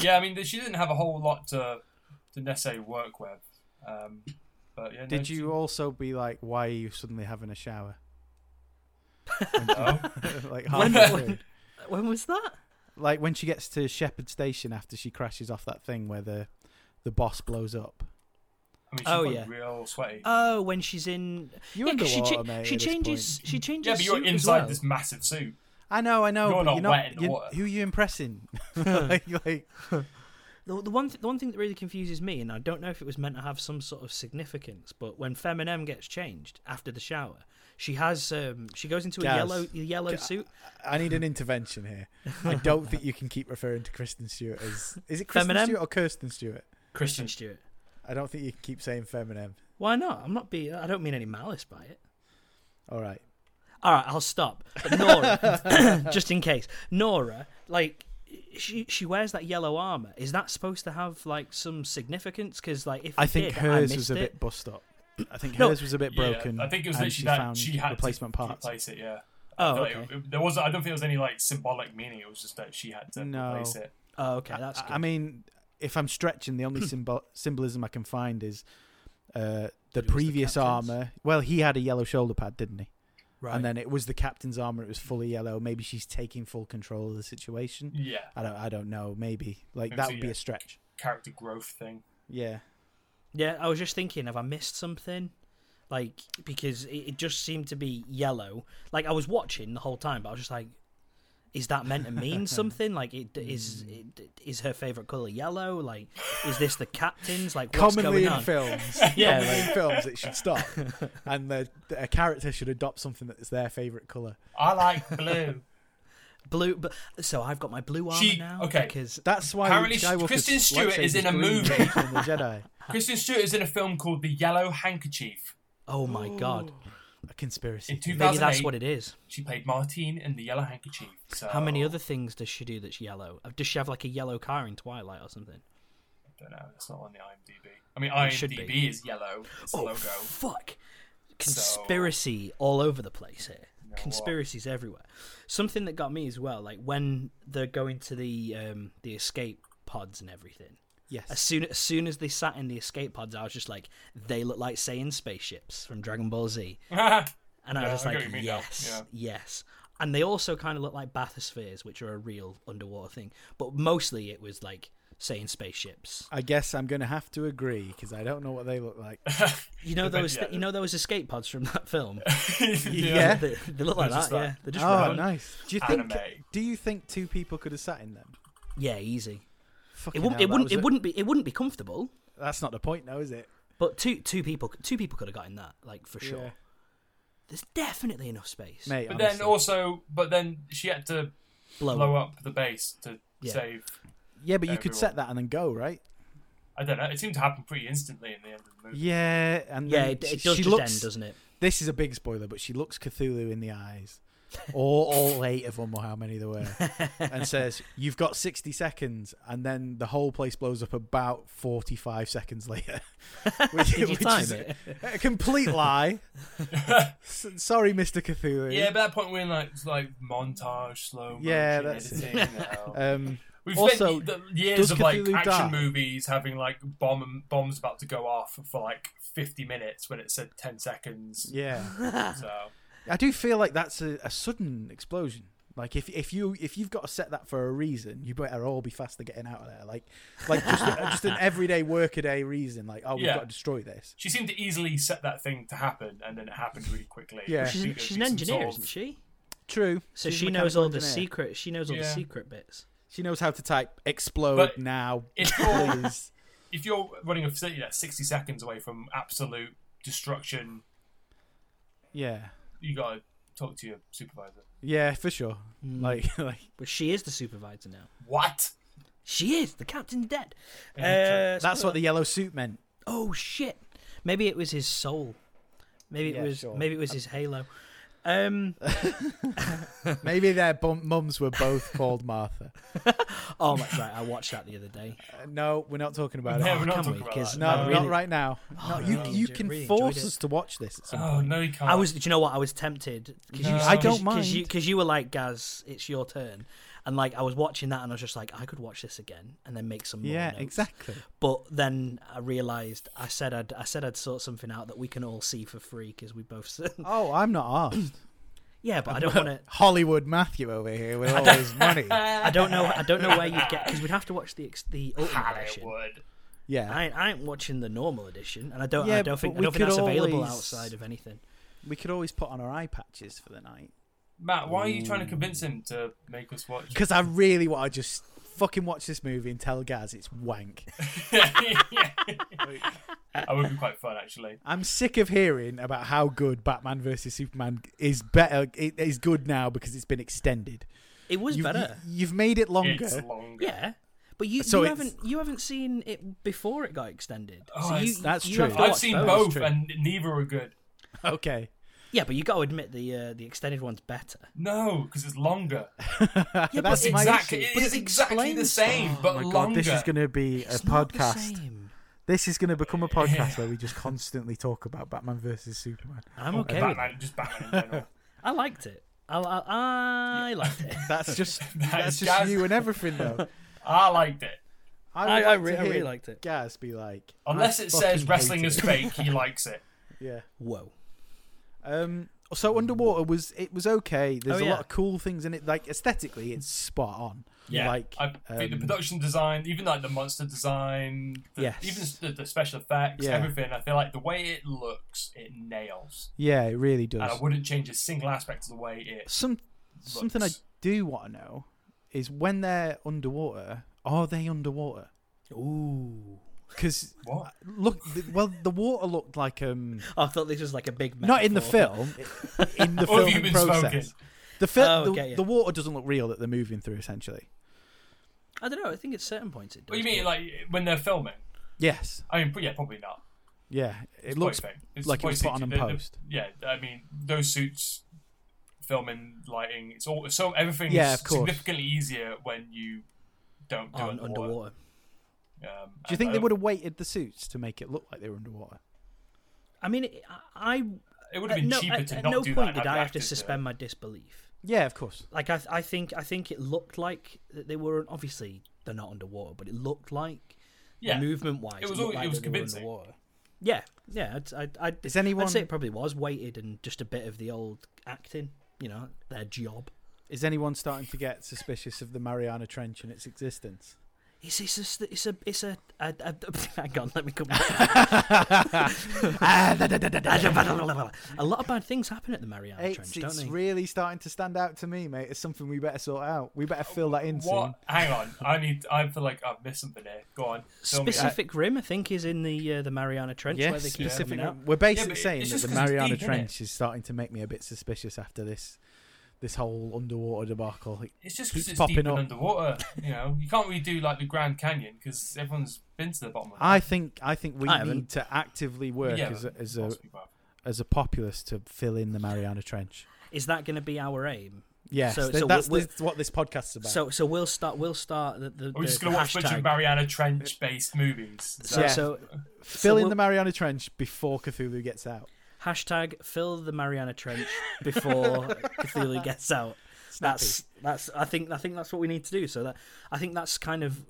Speaker 2: Yeah, I mean, she didn't have a whole lot to to necessarily work with. Um, but yeah. no,
Speaker 3: Did
Speaker 2: she-
Speaker 3: you also be like, why are you suddenly having
Speaker 2: [laughs]
Speaker 3: a shower?
Speaker 2: Oh.
Speaker 3: [laughs] like
Speaker 1: When-
Speaker 3: halfway through.
Speaker 1: when- when was that?
Speaker 3: like when she gets to Shepherd Station after she crashes off that thing where the the boss blows up.
Speaker 2: I mean, she's
Speaker 1: Oh,
Speaker 2: like
Speaker 1: yeah.
Speaker 2: real sweaty.
Speaker 1: Oh, when she's in.
Speaker 3: You're
Speaker 1: yeah, 'cause she,
Speaker 3: underwater,
Speaker 1: cha-
Speaker 3: mate,
Speaker 1: she
Speaker 3: at this point.
Speaker 1: changes. She changes.
Speaker 2: yeah, but you're
Speaker 1: suit as
Speaker 2: inside
Speaker 3: uh,
Speaker 1: well.
Speaker 2: this massive suit.
Speaker 3: I know, I know.
Speaker 2: You're
Speaker 3: but
Speaker 2: not
Speaker 3: you're not,
Speaker 2: wet in the
Speaker 3: you're-
Speaker 2: water.
Speaker 3: Who are
Speaker 2: [laughs]
Speaker 3: you impressing? [laughs] like, like,
Speaker 1: The, the one th- the one thing that really confuses me, and I don't know if it was meant to have some sort of significance, but when Feminem gets changed after the shower, she has um, she goes into a
Speaker 3: Gaz.
Speaker 1: yellow a yellow
Speaker 3: Gaz.
Speaker 1: suit.
Speaker 3: I need an intervention here. I don't think you can keep referring to Kristen Stewart as is it Kristen
Speaker 1: Feminem?
Speaker 3: Stewart or Kirsten Stewart?
Speaker 1: Kristen
Speaker 2: Christian.
Speaker 1: Stewart.
Speaker 3: I don't think you can keep saying feminem.
Speaker 1: Why not? I'm not being. I don't mean any malice by it.
Speaker 3: All right.
Speaker 1: All right, I'll stop. But
Speaker 3: [laughs]
Speaker 1: Nora, [coughs] just in case, Nora, like she she wears that yellow armor. Is that supposed to have like some significance? Because like if
Speaker 3: I
Speaker 1: it
Speaker 3: think
Speaker 1: did,
Speaker 3: hers
Speaker 1: I
Speaker 3: was
Speaker 1: missed
Speaker 3: a
Speaker 1: it.
Speaker 3: bit bust up. I [clears throat] think
Speaker 1: No.
Speaker 3: hers was a bit broken.
Speaker 2: Yeah, I think it was
Speaker 3: and
Speaker 2: literally
Speaker 3: she
Speaker 2: that
Speaker 3: found
Speaker 2: she had
Speaker 3: replacement
Speaker 2: to
Speaker 3: parts.
Speaker 2: Replace it, yeah. I
Speaker 1: Oh,
Speaker 2: feel like
Speaker 1: okay.
Speaker 2: it- it- there was. I don't think there was any like symbolic meaning. It was just that she had to
Speaker 3: No.
Speaker 2: replace it.
Speaker 1: Oh, okay. That's
Speaker 3: I-
Speaker 1: good.
Speaker 3: I mean, if I'm stretching, the [clears throat] only symbol symbolism I can find is uh, the
Speaker 1: It was the
Speaker 3: previous
Speaker 1: captain's.
Speaker 3: armor. Well, he had a yellow shoulder pad, didn't he?
Speaker 1: Right.
Speaker 3: and then it was the captain's armor. It was fully yellow. Maybe she's taking full control of the situation.
Speaker 2: Yeah,
Speaker 3: I don't. I don't know. Maybe like
Speaker 2: Maybe
Speaker 3: that
Speaker 2: so,
Speaker 3: would be
Speaker 2: yeah.
Speaker 3: a stretch.
Speaker 2: character growth thing.
Speaker 3: Yeah.
Speaker 1: yeah, I was just thinking, have I missed something? Like because it, it just seemed to be yellow. Like I was watching the whole time, but I was just like, is that meant to
Speaker 3: [laughs]
Speaker 1: mean something? Like it is.
Speaker 3: Hmm.
Speaker 1: It, is her favorite color yellow? Like is this the captain's? Like what's
Speaker 3: Commonly
Speaker 1: going
Speaker 3: in
Speaker 1: on?
Speaker 2: [laughs]
Speaker 3: films,
Speaker 1: Yeah,
Speaker 3: commonly in
Speaker 1: like-
Speaker 3: films, it should [laughs] stop, and the, a character should adopt something that's their favorite color.
Speaker 1: [laughs]
Speaker 2: I like blue.
Speaker 1: blue. But so I've got my blue armor
Speaker 2: She-
Speaker 1: now.
Speaker 2: okay.
Speaker 1: Because
Speaker 3: That's why
Speaker 2: Apparently,
Speaker 3: Luke Skywalker's
Speaker 2: Kristen Stewart is
Speaker 3: lightsaber's
Speaker 2: in a
Speaker 3: green
Speaker 2: movie.
Speaker 3: in Return of the Jedi,
Speaker 2: Kristen Stewart is in a film called The Yellow Handkerchief.
Speaker 1: oh my
Speaker 2: [gasps]
Speaker 1: god,
Speaker 3: a conspiracy.
Speaker 2: [laughs] In
Speaker 1: maybe
Speaker 2: 2008,
Speaker 1: that's what it is.
Speaker 2: she played Martine in The Yellow Handkerchief. So
Speaker 1: How many other things does she do that's yellow? Uh, Does she have like a yellow car in Twilight or something?
Speaker 2: I don't know. That's not on the IMDb. I mean,
Speaker 1: should be.
Speaker 2: IMDb is yellow. It's the
Speaker 1: Oh
Speaker 2: logo.
Speaker 1: [laughs]
Speaker 2: [laughs]
Speaker 1: fuck! Conspiracy all over the place here. Conspiracies everywhere. Something that got me as well, like when they're going to the um, the escape pods and everything. As
Speaker 3: Yes,
Speaker 1: soon as soon as they sat in the escape pods, I was just like, they look like Saiyan spaceships from Dragon Ball Z, and I
Speaker 2: Yeah,
Speaker 1: was just
Speaker 2: I get
Speaker 1: like,
Speaker 2: what you mean now.
Speaker 1: yes,
Speaker 2: Yeah.
Speaker 1: yes. And they also kind of look like bathyspheres, which are a real underwater thing. But mostly it was like Saiyan spaceships.
Speaker 3: I guess I'm going to have to agree because I don't know what they look like.
Speaker 1: You know
Speaker 2: bet-
Speaker 1: those,
Speaker 2: yeah.
Speaker 1: you know those escape pods from that film. [laughs]
Speaker 3: Yeah.
Speaker 1: they, they look like
Speaker 2: They're just
Speaker 1: that.
Speaker 2: like-
Speaker 1: Yeah, they're just
Speaker 3: Oh,
Speaker 1: round.
Speaker 3: nice. Do you think?
Speaker 2: Anime.
Speaker 3: Do you think two people could have sat in them?
Speaker 1: Yeah, easy.
Speaker 3: Fucking
Speaker 1: It wouldn't.
Speaker 3: hell,
Speaker 1: It
Speaker 3: that
Speaker 1: wouldn't.
Speaker 3: was
Speaker 1: It
Speaker 3: a-
Speaker 1: wouldn't be. It wouldn't be comfortable.
Speaker 3: That's not the point, though, is it?
Speaker 1: But two two people two people could have gotten that like for sure.
Speaker 3: Yeah.
Speaker 1: There's definitely enough space.
Speaker 3: Mate,
Speaker 2: But
Speaker 3: honestly.
Speaker 2: then also, but then she had to
Speaker 1: Blow.
Speaker 2: blow up the base to
Speaker 1: Oh. Yeah.
Speaker 2: save.
Speaker 3: yeah, but you could
Speaker 2: everyone.
Speaker 3: set that and then go, right?
Speaker 2: I don't know. It seemed to happen pretty instantly in the end of the movie.
Speaker 3: Yeah, and
Speaker 1: Yeah,
Speaker 3: then
Speaker 1: it,
Speaker 3: she-
Speaker 1: it does
Speaker 3: she
Speaker 1: just
Speaker 3: looks,
Speaker 1: end,
Speaker 3: [laughs]
Speaker 1: doesn't it?
Speaker 3: This is a big spoiler, but she looks Cthulhu in the eyes, or all eight of them, or how many there were, and says, "You've got sixty seconds," and then the whole place blows up about forty-five seconds later. [laughs] Which,
Speaker 1: Did you time
Speaker 3: is
Speaker 1: it?
Speaker 3: A complete lie. S- Sorry, Mister Cthulhu.
Speaker 2: Yeah, but at that point we're in like it's like montage, slow motion
Speaker 3: Yeah, that's it.
Speaker 2: editing. now.
Speaker 3: [laughs] Um,
Speaker 2: We've
Speaker 3: Also,
Speaker 2: spent the years
Speaker 3: does
Speaker 2: of like
Speaker 3: Cthulhu
Speaker 2: action
Speaker 3: die?
Speaker 2: movies having like bomb bombs about to go off for like fifty minutes when it said ten seconds.
Speaker 3: yeah. Ah.
Speaker 2: So
Speaker 3: I do feel like that's a, a sudden explosion. Like if if you if you've got to set that for a reason, you better all be faster getting out of there. Like like just just an everyday workaday reason. Like oh, we've
Speaker 2: Yeah.
Speaker 3: got to destroy this.
Speaker 2: she seemed to easily set that thing to happen, and then it happened really quickly. I
Speaker 3: Yeah.
Speaker 1: She's,
Speaker 2: think
Speaker 1: an-
Speaker 2: there'd
Speaker 1: she's
Speaker 2: be
Speaker 1: an
Speaker 2: some
Speaker 1: engineer,
Speaker 2: sort of-
Speaker 1: isn't she?
Speaker 3: True.
Speaker 1: So
Speaker 3: She's a
Speaker 1: she knows
Speaker 3: mechanical
Speaker 1: all the
Speaker 3: engineer.
Speaker 1: secret. She knows all the
Speaker 2: Yeah.
Speaker 1: secret bits.
Speaker 3: She knows how to type explode
Speaker 2: But
Speaker 3: now.
Speaker 2: if you're-
Speaker 3: [laughs]
Speaker 2: [laughs]
Speaker 3: please.
Speaker 2: If you're running a facility that's sixty seconds away from absolute destruction,
Speaker 3: yeah.
Speaker 2: you gotta talk to your supervisor.
Speaker 3: Yeah, for sure.
Speaker 1: Hmm.
Speaker 3: Like [laughs] like
Speaker 1: But she is the supervisor now.
Speaker 2: What?
Speaker 1: She is the captain's dead.
Speaker 2: Yeah,
Speaker 1: Uh,
Speaker 3: that's what the yellow suit meant.
Speaker 1: Oh shit! Maybe it was his soul. Maybe it
Speaker 3: Yeah,
Speaker 1: was.
Speaker 3: sure. Uh,
Speaker 1: Maybe it was his halo. Um.
Speaker 3: Maybe their bum- mums were both called Martha.
Speaker 1: Oh my right, I watched that the other day.
Speaker 3: Uh, no, we're not talking about
Speaker 2: Yeah,
Speaker 3: it.
Speaker 2: we're not
Speaker 1: can
Speaker 2: talking
Speaker 1: we?
Speaker 2: about
Speaker 1: 'Cause
Speaker 2: that.
Speaker 3: No,
Speaker 1: no,
Speaker 3: not
Speaker 1: really-
Speaker 3: right now. No, you
Speaker 1: really
Speaker 3: you
Speaker 1: enjoy-
Speaker 3: can
Speaker 1: really enjoyed
Speaker 3: force
Speaker 1: it.
Speaker 3: us to watch this at some point.
Speaker 2: Oh no, you can't.
Speaker 1: I was. Do you know what? I was tempted. Cause
Speaker 2: No.
Speaker 1: you,
Speaker 2: I
Speaker 3: don't
Speaker 1: because you,
Speaker 3: mind.
Speaker 1: 'cause you were like, "Gaz, it's your turn," and like I was watching that, and I was just like, "I could watch this again and then make some more."
Speaker 3: Yeah,
Speaker 1: notes."
Speaker 3: exactly.
Speaker 1: But then I realized I said I'd I said I'd sort something out that we can all see for free because we both.
Speaker 3: Oh, I'm not asked.
Speaker 1: [laughs] yeah, but I don't want to.
Speaker 3: Hollywood Matthew over here with all
Speaker 1: [laughs]
Speaker 3: his money.
Speaker 1: I don't know. I don't know where you'd get because we'd have to watch the ex- the ultimate edition.
Speaker 2: Hollywood.
Speaker 3: Yeah,
Speaker 1: I ain't, I ain't watching the normal edition, and I don't.
Speaker 3: Yeah,
Speaker 1: I don't think.
Speaker 3: but
Speaker 1: I
Speaker 3: we
Speaker 1: don't think
Speaker 3: could
Speaker 1: that's available
Speaker 3: always-
Speaker 1: outside of anything.
Speaker 3: we could always put on our eye patches for the night
Speaker 2: Matt, why are you trying to convince him to make us [laughs] watch?
Speaker 3: because I really want to just fucking watch this movie and tell Gaz it's wank.
Speaker 2: That would be quite fun, actually.
Speaker 3: I'm sick of hearing about how good Batman versus Superman is better. It is good now because it's been extended.
Speaker 1: It was
Speaker 3: You've-
Speaker 1: better.
Speaker 3: You've made it longer. [laughs]
Speaker 2: It's longer.
Speaker 1: Yeah, but you,
Speaker 3: So
Speaker 1: you
Speaker 3: it's-
Speaker 1: haven't you haven't seen it before it got extended.
Speaker 2: Oh,
Speaker 1: so you,
Speaker 2: it's-
Speaker 3: that's
Speaker 1: you
Speaker 3: true.
Speaker 1: have to
Speaker 2: I've
Speaker 1: watch
Speaker 2: seen
Speaker 3: that was
Speaker 2: both,
Speaker 3: true.
Speaker 2: and neither are good.
Speaker 3: Okay.
Speaker 1: Yeah, but you got to admit the uh, the extended one's better.
Speaker 2: No, because it's longer.
Speaker 1: Yeah,
Speaker 3: That's
Speaker 1: but
Speaker 3: my
Speaker 2: exactly,
Speaker 3: issue.
Speaker 2: it is exactly the same, but
Speaker 3: Oh my
Speaker 2: longer.
Speaker 3: god, this is going to be a
Speaker 1: it's not the
Speaker 3: podcast.
Speaker 1: same.
Speaker 3: This is going to become
Speaker 1: [laughs]
Speaker 3: a podcast where we just constantly talk about Batman versus Superman.
Speaker 1: I'm
Speaker 2: Or
Speaker 1: okay. With it.
Speaker 2: Batman, just Batman in general.
Speaker 1: I liked it. I, I, I liked
Speaker 3: [laughs]
Speaker 1: it.
Speaker 3: That's just that's
Speaker 2: is
Speaker 3: just
Speaker 2: Gaz.
Speaker 3: you and everything though.
Speaker 2: [laughs]
Speaker 3: [laughs]
Speaker 2: I liked it.
Speaker 1: I-
Speaker 3: would
Speaker 1: I re-
Speaker 3: like to
Speaker 1: I really
Speaker 3: hear
Speaker 1: liked it.
Speaker 3: Gaz be like,
Speaker 2: Unless
Speaker 3: "I
Speaker 2: it
Speaker 3: fucking
Speaker 2: says
Speaker 3: hate [laughs]
Speaker 2: wrestling
Speaker 3: it."
Speaker 2: is fake, he likes it.
Speaker 3: Yeah.
Speaker 1: Whoa.
Speaker 3: Um. So underwater was it was okay. There's
Speaker 1: Oh,
Speaker 3: a
Speaker 1: yeah.
Speaker 3: lot of cool things in it. Like aesthetically, it's spot on.
Speaker 2: Yeah,
Speaker 3: Like
Speaker 2: I think the
Speaker 3: um,
Speaker 2: production design, even like the monster design, the,
Speaker 3: Yes.
Speaker 2: even s- the, the special effects,
Speaker 3: Yeah.
Speaker 2: everything. I feel like the way it looks, it nails,
Speaker 3: Yeah, it really does.
Speaker 2: and I Uh, wouldn't change a single aspect of the way it.
Speaker 3: Some something I
Speaker 2: Looks.
Speaker 3: do want to know is when they're underwater, are they underwater?
Speaker 1: Ooh.
Speaker 3: Because
Speaker 2: What?
Speaker 3: look, th- well, the water looked like
Speaker 2: [laughs]
Speaker 3: um,
Speaker 1: I thought this was like a big.
Speaker 3: not in the
Speaker 1: metaphor.
Speaker 3: film, in the
Speaker 2: [laughs] Or have you
Speaker 3: filming
Speaker 2: been smoking?
Speaker 3: process. The, fil-
Speaker 1: Oh,
Speaker 3: the-
Speaker 1: okay,
Speaker 3: the,
Speaker 1: yeah.
Speaker 3: water doesn't look real that they're moving through. Essentially,
Speaker 1: I don't know. I think at certain points it does.
Speaker 2: What do you mean,
Speaker 1: but-
Speaker 2: like when they're filming?
Speaker 3: yes,
Speaker 2: I mean, yeah, probably not.
Speaker 3: yeah, it
Speaker 2: It's
Speaker 3: looks
Speaker 2: quite fake. It's
Speaker 3: like it
Speaker 2: quite
Speaker 3: was put on
Speaker 2: CG.
Speaker 3: in
Speaker 2: The- the-
Speaker 3: post.
Speaker 2: Yeah, I mean those suits, filming, lighting, it's all so everything's
Speaker 3: Yeah, of course.
Speaker 2: significantly easier when you don't do
Speaker 1: on
Speaker 2: it
Speaker 1: underwater.
Speaker 2: Um,
Speaker 3: Do you think they would have weighted the suits to make it look like they were underwater?
Speaker 1: I mean, it- I. I-
Speaker 2: It would
Speaker 1: at
Speaker 2: have been
Speaker 1: no,
Speaker 2: cheaper
Speaker 1: at,
Speaker 2: to
Speaker 1: at
Speaker 2: not
Speaker 1: no
Speaker 2: do
Speaker 1: point
Speaker 2: that. and
Speaker 1: did I have to
Speaker 2: actors do it.
Speaker 1: suspend my disbelief.
Speaker 3: Yeah, of course.
Speaker 1: Like I, I think, I think it looked like that they were obviously they're not underwater, but it looked like
Speaker 2: Yeah,
Speaker 1: movement wise,
Speaker 2: It was all-
Speaker 1: looked like
Speaker 2: it was
Speaker 1: that they were
Speaker 2: convincing.
Speaker 1: underwater. Yeah, yeah. I'd, I'd, I'd,
Speaker 3: Is anyone-
Speaker 1: I'd say it probably was weighted and just a bit of the old acting. You know, their job.
Speaker 3: Is anyone starting to get suspicious of the Mariana Trench and its existence?
Speaker 1: It's it's a it's a it's a, a, a, [laughs] hang on, let me come. back. [laughs]
Speaker 3: Ah, da, da, da, da, da.
Speaker 1: a lot of bad things happen at the Mariana
Speaker 3: It's,
Speaker 1: Trench, don't
Speaker 3: it's
Speaker 1: they?
Speaker 3: really starting to stand out to me, mate. It's something we better sort out. We better fill that in soon.
Speaker 2: What? Hang on. I need. I feel like I've missed something here. Go
Speaker 3: [laughs]
Speaker 2: on. Fill me in.
Speaker 1: Specific Rim, I think, is in the uh, the Mariana Trench where they keep
Speaker 3: specific-
Speaker 1: coming out.
Speaker 3: We're
Speaker 2: Yeah,
Speaker 3: basically
Speaker 2: but it-
Speaker 3: saying
Speaker 2: it's
Speaker 3: that
Speaker 2: just
Speaker 3: the
Speaker 2: 'cause it's
Speaker 3: Mariana
Speaker 2: deep, innit?
Speaker 3: Trench is starting to make me a bit suspicious after this this whole underwater debacle.
Speaker 2: It's just because
Speaker 3: keeps
Speaker 2: it's
Speaker 3: popping
Speaker 2: deep and
Speaker 3: up.
Speaker 2: underwater. You know, you can't really do like the Grand Canyon because everyone's been to the bottom. of it.
Speaker 3: I think I think we
Speaker 1: I haven't.
Speaker 3: need to actively work
Speaker 2: Yeah,
Speaker 3: as a, as a
Speaker 2: most people have.
Speaker 3: as a populace to fill in the Mariana Trench.
Speaker 1: Is that going to be our aim?
Speaker 3: Yes,
Speaker 1: So-
Speaker 3: th-
Speaker 1: so
Speaker 3: that's
Speaker 1: we're-
Speaker 3: this- what this podcast's about.
Speaker 1: So so we'll start we'll start the the,
Speaker 2: Are we just
Speaker 1: the
Speaker 2: going to watch a bunch
Speaker 1: hashtag.
Speaker 2: of Mariana Trench based movies? Is
Speaker 1: so,
Speaker 3: Yeah.
Speaker 2: that-
Speaker 1: so
Speaker 3: fill in
Speaker 1: we'll-
Speaker 3: the Mariana Trench before Cthulhu gets out.
Speaker 1: hashtag fill the Mariana
Speaker 2: [laughs]
Speaker 1: Trench before Cthulhu gets out. That's that's I think I think that's what we need to do. So that I think that's kind of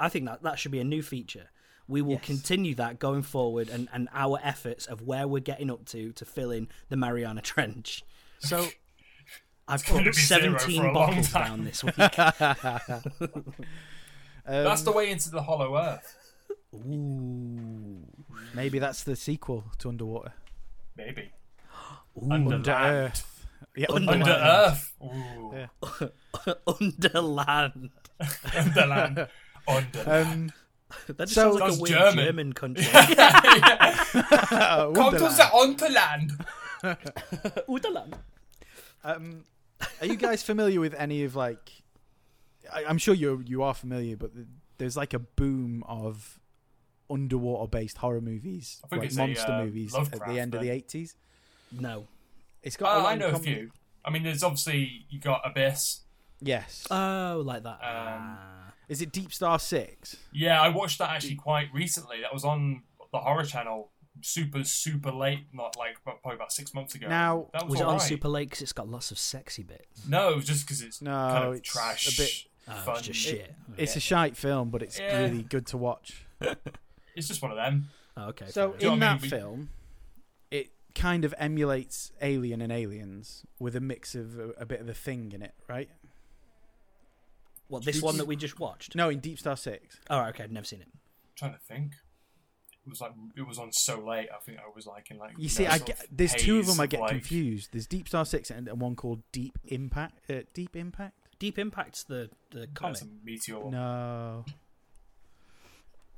Speaker 1: I think that that should be a new feature. We will
Speaker 3: Yes.
Speaker 1: continue that going forward and, and our efforts of where we're getting up to to fill in the Mariana Trench.
Speaker 3: So
Speaker 1: I've
Speaker 2: gonna
Speaker 1: put
Speaker 2: be zero
Speaker 1: 17
Speaker 2: for a long
Speaker 1: bottles
Speaker 2: time.
Speaker 1: down
Speaker 2: [laughs]
Speaker 1: this week.
Speaker 2: that's the way into the Hollow Earth.
Speaker 1: Ooh.
Speaker 3: maybe that's the sequel to Underwater.
Speaker 2: Maybe
Speaker 1: Ooh.
Speaker 2: Under-
Speaker 3: Under
Speaker 2: Land.
Speaker 3: Earth. Yeah,
Speaker 1: Under
Speaker 2: Under
Speaker 3: Land.
Speaker 2: Earth. Ooh.
Speaker 3: Yeah.
Speaker 1: [laughs] Underland.
Speaker 2: Underland.
Speaker 3: [laughs]
Speaker 2: Under. [laughs]
Speaker 3: Um,
Speaker 1: That just
Speaker 3: So-
Speaker 1: sounds like a
Speaker 2: Sounds
Speaker 1: weird
Speaker 2: German.
Speaker 1: German, country.
Speaker 2: [laughs]
Speaker 1: [laughs]
Speaker 3: [laughs] uh,
Speaker 2: Come to
Speaker 3: Wonderland.
Speaker 2: the Underland.
Speaker 1: Underland.
Speaker 3: Um, are you guys familiar with any of like? I, I'm sure you you are familiar, but th there's like a boom of underwater-based horror movies,
Speaker 2: I think
Speaker 3: like
Speaker 2: it's a,
Speaker 3: monster
Speaker 2: uh,
Speaker 3: movies, at
Speaker 2: Lovecraft
Speaker 3: the end of
Speaker 2: thing.
Speaker 3: the 80s.
Speaker 1: No.
Speaker 3: It's got. a
Speaker 2: Oh,
Speaker 3: lot
Speaker 2: I
Speaker 3: in
Speaker 2: know a
Speaker 3: common.
Speaker 2: few. I mean, there's obviously you got Abyss.
Speaker 3: Yes.
Speaker 2: Uh,
Speaker 1: Oh, like that.
Speaker 2: Um,
Speaker 1: Ah.
Speaker 3: Is it Deep Star Six?
Speaker 2: Yeah, I watched that actually quite recently. That was on the Horror Channel, super super late, not like about- probably about six months ago.
Speaker 3: Now-
Speaker 2: that was,
Speaker 1: was it on
Speaker 2: alright.
Speaker 1: Super Late? Because it's got lots of sexy bits.
Speaker 2: No, it was just because it's
Speaker 3: No,
Speaker 2: kind of
Speaker 3: it's
Speaker 2: trash,
Speaker 3: a bit-
Speaker 1: Oh,
Speaker 2: fun.
Speaker 1: it's just shit.
Speaker 3: It's a shite film, but it's
Speaker 2: Yeah.
Speaker 3: really good to watch.
Speaker 2: It's just one of them.
Speaker 1: oh, okay.
Speaker 3: So
Speaker 1: fair
Speaker 2: Do you know
Speaker 3: in
Speaker 2: what I mean?
Speaker 3: that
Speaker 2: We-
Speaker 3: film, it kind of emulates Alien and Aliens with a mix of a, a bit of a thing in it, right?
Speaker 1: what this
Speaker 3: did
Speaker 1: one
Speaker 3: you-
Speaker 1: that we just watched?
Speaker 3: No, in Deep Star Six.
Speaker 1: Oh, okay. I've never seen it.
Speaker 2: I'm trying to think. It was like it was on so late. I think I was like in like
Speaker 3: You see,
Speaker 2: know,
Speaker 3: I
Speaker 2: sort
Speaker 3: get,
Speaker 2: of
Speaker 3: there's two of
Speaker 2: haze
Speaker 3: them I get
Speaker 2: like-
Speaker 3: confused. There's Deep Star Six and and one called Deep Impact. Uh, Deep Impact?
Speaker 1: Deep Impact's the the comic.
Speaker 2: That's a meteor.
Speaker 3: No,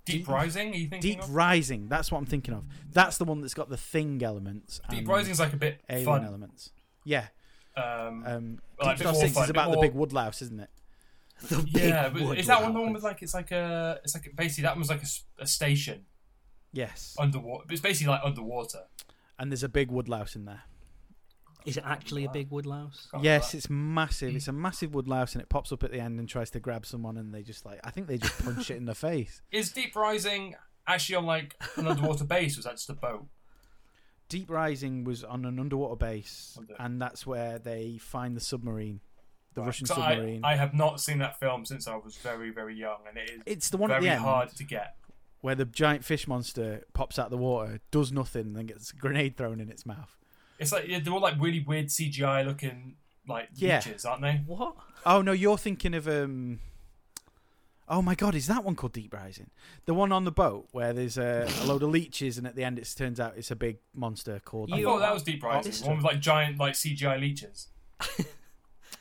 Speaker 2: Deep
Speaker 3: Deep-
Speaker 2: Rising. Are you thinking
Speaker 3: Deep
Speaker 2: of?
Speaker 3: Rising. That's what I'm thinking of. That's the one that's got the thing elements.
Speaker 2: Deep
Speaker 3: and
Speaker 2: Rising's like a bit
Speaker 3: Alien
Speaker 2: fun.
Speaker 3: elements. Yeah.
Speaker 2: Um,
Speaker 3: Um,
Speaker 2: Well, like
Speaker 3: Deep
Speaker 2: a bit
Speaker 3: Star
Speaker 2: more
Speaker 3: Six
Speaker 2: fun,
Speaker 3: is
Speaker 2: a bit
Speaker 3: about the
Speaker 2: more-
Speaker 3: big woodlouse, isn't it?
Speaker 1: [laughs] The big
Speaker 2: yeah, but
Speaker 1: wood
Speaker 2: is that one
Speaker 1: loud.
Speaker 2: the one with like it's like a it's like basically that was like a, s- a station
Speaker 3: Yes.
Speaker 2: underwater. It's basically like underwater.
Speaker 3: And there's a big woodlouse in there.
Speaker 1: Is it actually a big woodlouse?
Speaker 2: Can't
Speaker 3: Yes,
Speaker 2: remember.
Speaker 3: it's
Speaker 2: Mm.
Speaker 3: massive. It's a massive woodlouse, and it pops up at the end and tries to grab someone, and they just like I think they just punch it in the face.
Speaker 2: Is Deep Rising actually on like an underwater [laughs] base? Was that just a boat?
Speaker 3: Deep Rising was on an underwater base,
Speaker 2: Under-
Speaker 3: and that's where they find the submarine, the Russian
Speaker 2: So I,
Speaker 3: submarine.
Speaker 2: I have not seen that film since I was very very young, and it is
Speaker 3: it's the one at
Speaker 2: very
Speaker 3: the end
Speaker 2: hard to get.
Speaker 3: where the giant fish monster pops out of the water, does nothing, and then gets a grenade thrown in its mouth.
Speaker 2: It's like yeah, they're all like really weird CGI looking like
Speaker 3: Yeah.
Speaker 2: leeches, aren't they?
Speaker 1: What?
Speaker 3: Oh no, you're thinking of um. Oh my god, is that one called Deep Rising? The one on the boat where there's a, a load of leeches, and at the end it turns out it's a big monster called.
Speaker 2: I
Speaker 1: You
Speaker 2: thought Oh, that
Speaker 1: are
Speaker 2: was Deep Rising,
Speaker 1: autistic.
Speaker 2: one with like giant like CGI leeches.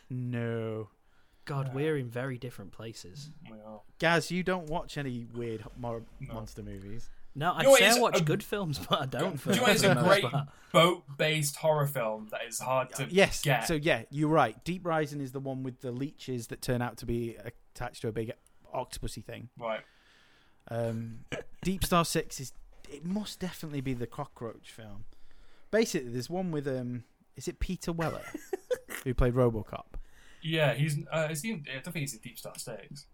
Speaker 3: No,
Speaker 1: God, we're in very different places.
Speaker 3: [laughs]
Speaker 2: Well,
Speaker 3: Gaz, you don't watch any weird mo-
Speaker 2: No.
Speaker 3: monster movies.
Speaker 1: No, I'd
Speaker 2: know what
Speaker 1: say
Speaker 2: is
Speaker 1: I watch
Speaker 2: a-
Speaker 1: good films, but I don't. For,
Speaker 2: do you know what is
Speaker 1: for the
Speaker 2: a
Speaker 1: most
Speaker 2: great
Speaker 1: part.
Speaker 2: boat-based horror film that is hard to
Speaker 3: Yes,
Speaker 2: get?
Speaker 3: so yeah, you're right. Deep Rising is the one with the leeches that turn out to be attached to a big octopusy thing.
Speaker 2: Right.
Speaker 3: Um, Deep Star Six is it must definitely be the cockroach film. Basically, there's one with um, is it Peter Weller who played RoboCop?
Speaker 2: Yeah, he's. Uh, is he? In, I don't think he's in Deep Star Six.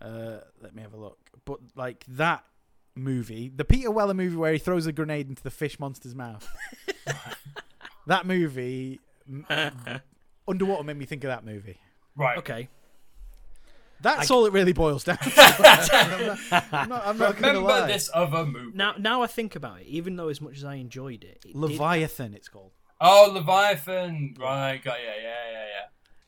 Speaker 3: Uh, let me have a look. But like that movie, the Peter Weller movie where he throws a grenade into the fish monster's mouth. that movie, m- underwater, made me think of that movie.
Speaker 2: Right.
Speaker 1: Okay.
Speaker 3: That's
Speaker 1: I-
Speaker 3: all it really boils down to. I'm not, I'm not, going to
Speaker 2: Remember
Speaker 3: lie.
Speaker 2: this other movie?
Speaker 1: Now, now I think about it. Even though as much as I enjoyed it, it did-
Speaker 3: Leviathan, it's called.
Speaker 2: Oh, Leviathan. Right. Got yeah, yeah, yeah, yeah.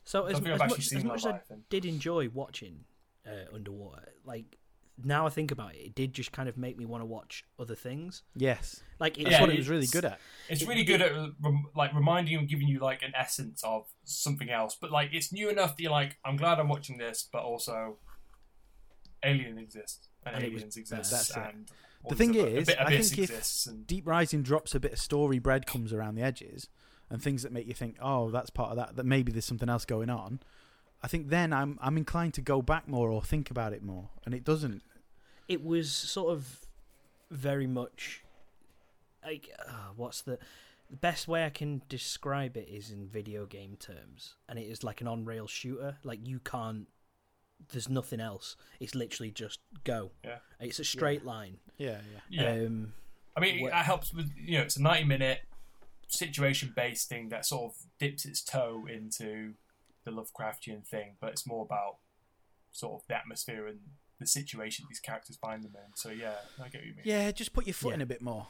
Speaker 1: So as,
Speaker 2: Don't think I've
Speaker 1: as
Speaker 2: actually
Speaker 1: much,
Speaker 2: seen
Speaker 1: as much as I
Speaker 2: Leviathan.
Speaker 1: did enjoy watching uh, underwater, like now I think about it, it did just kind of make me want to watch other things.
Speaker 3: Yes,
Speaker 1: Like it,
Speaker 3: that's
Speaker 2: Yeah,
Speaker 3: what it
Speaker 2: you-
Speaker 3: was really good at.
Speaker 2: It's really good at rem- like reminding you and giving you like an essence of something else, but like it's new enough that you're like, I'm glad I'm watching this, but also, Alien exists and,
Speaker 1: And it was
Speaker 2: aliens exist.
Speaker 3: That's it.
Speaker 2: and all
Speaker 3: The
Speaker 2: these
Speaker 3: thing
Speaker 2: other-
Speaker 3: is,
Speaker 2: uh, a bit
Speaker 3: I
Speaker 2: abyss
Speaker 3: think if-
Speaker 2: exists and
Speaker 3: Deep Rising drops a bit of story breadcrumbs around the edges and things that make you think, oh, that's part of that, that maybe there's something else going on. I think then I'm I'm inclined to go back more or think about it more, and it doesn't.
Speaker 1: it was sort of very much like uh, what's the the best way I can describe it is in video game terms, and it is like an on rail shooter. Like you can't. There's nothing else. It's literally just go.
Speaker 2: Yeah.
Speaker 1: It's a straight line.
Speaker 3: Yeah, yeah.
Speaker 2: yeah.
Speaker 1: Um,
Speaker 2: I mean,
Speaker 1: What-
Speaker 2: that helps with you know, it's a ninety-minute situation-based thing that sort of dips its toe into the Lovecraftian thing, but it's more about sort of the atmosphere and the situation these characters find them in. So yeah, I get what you mean.
Speaker 3: Yeah, just put your foot
Speaker 1: Yeah.
Speaker 3: in a bit more.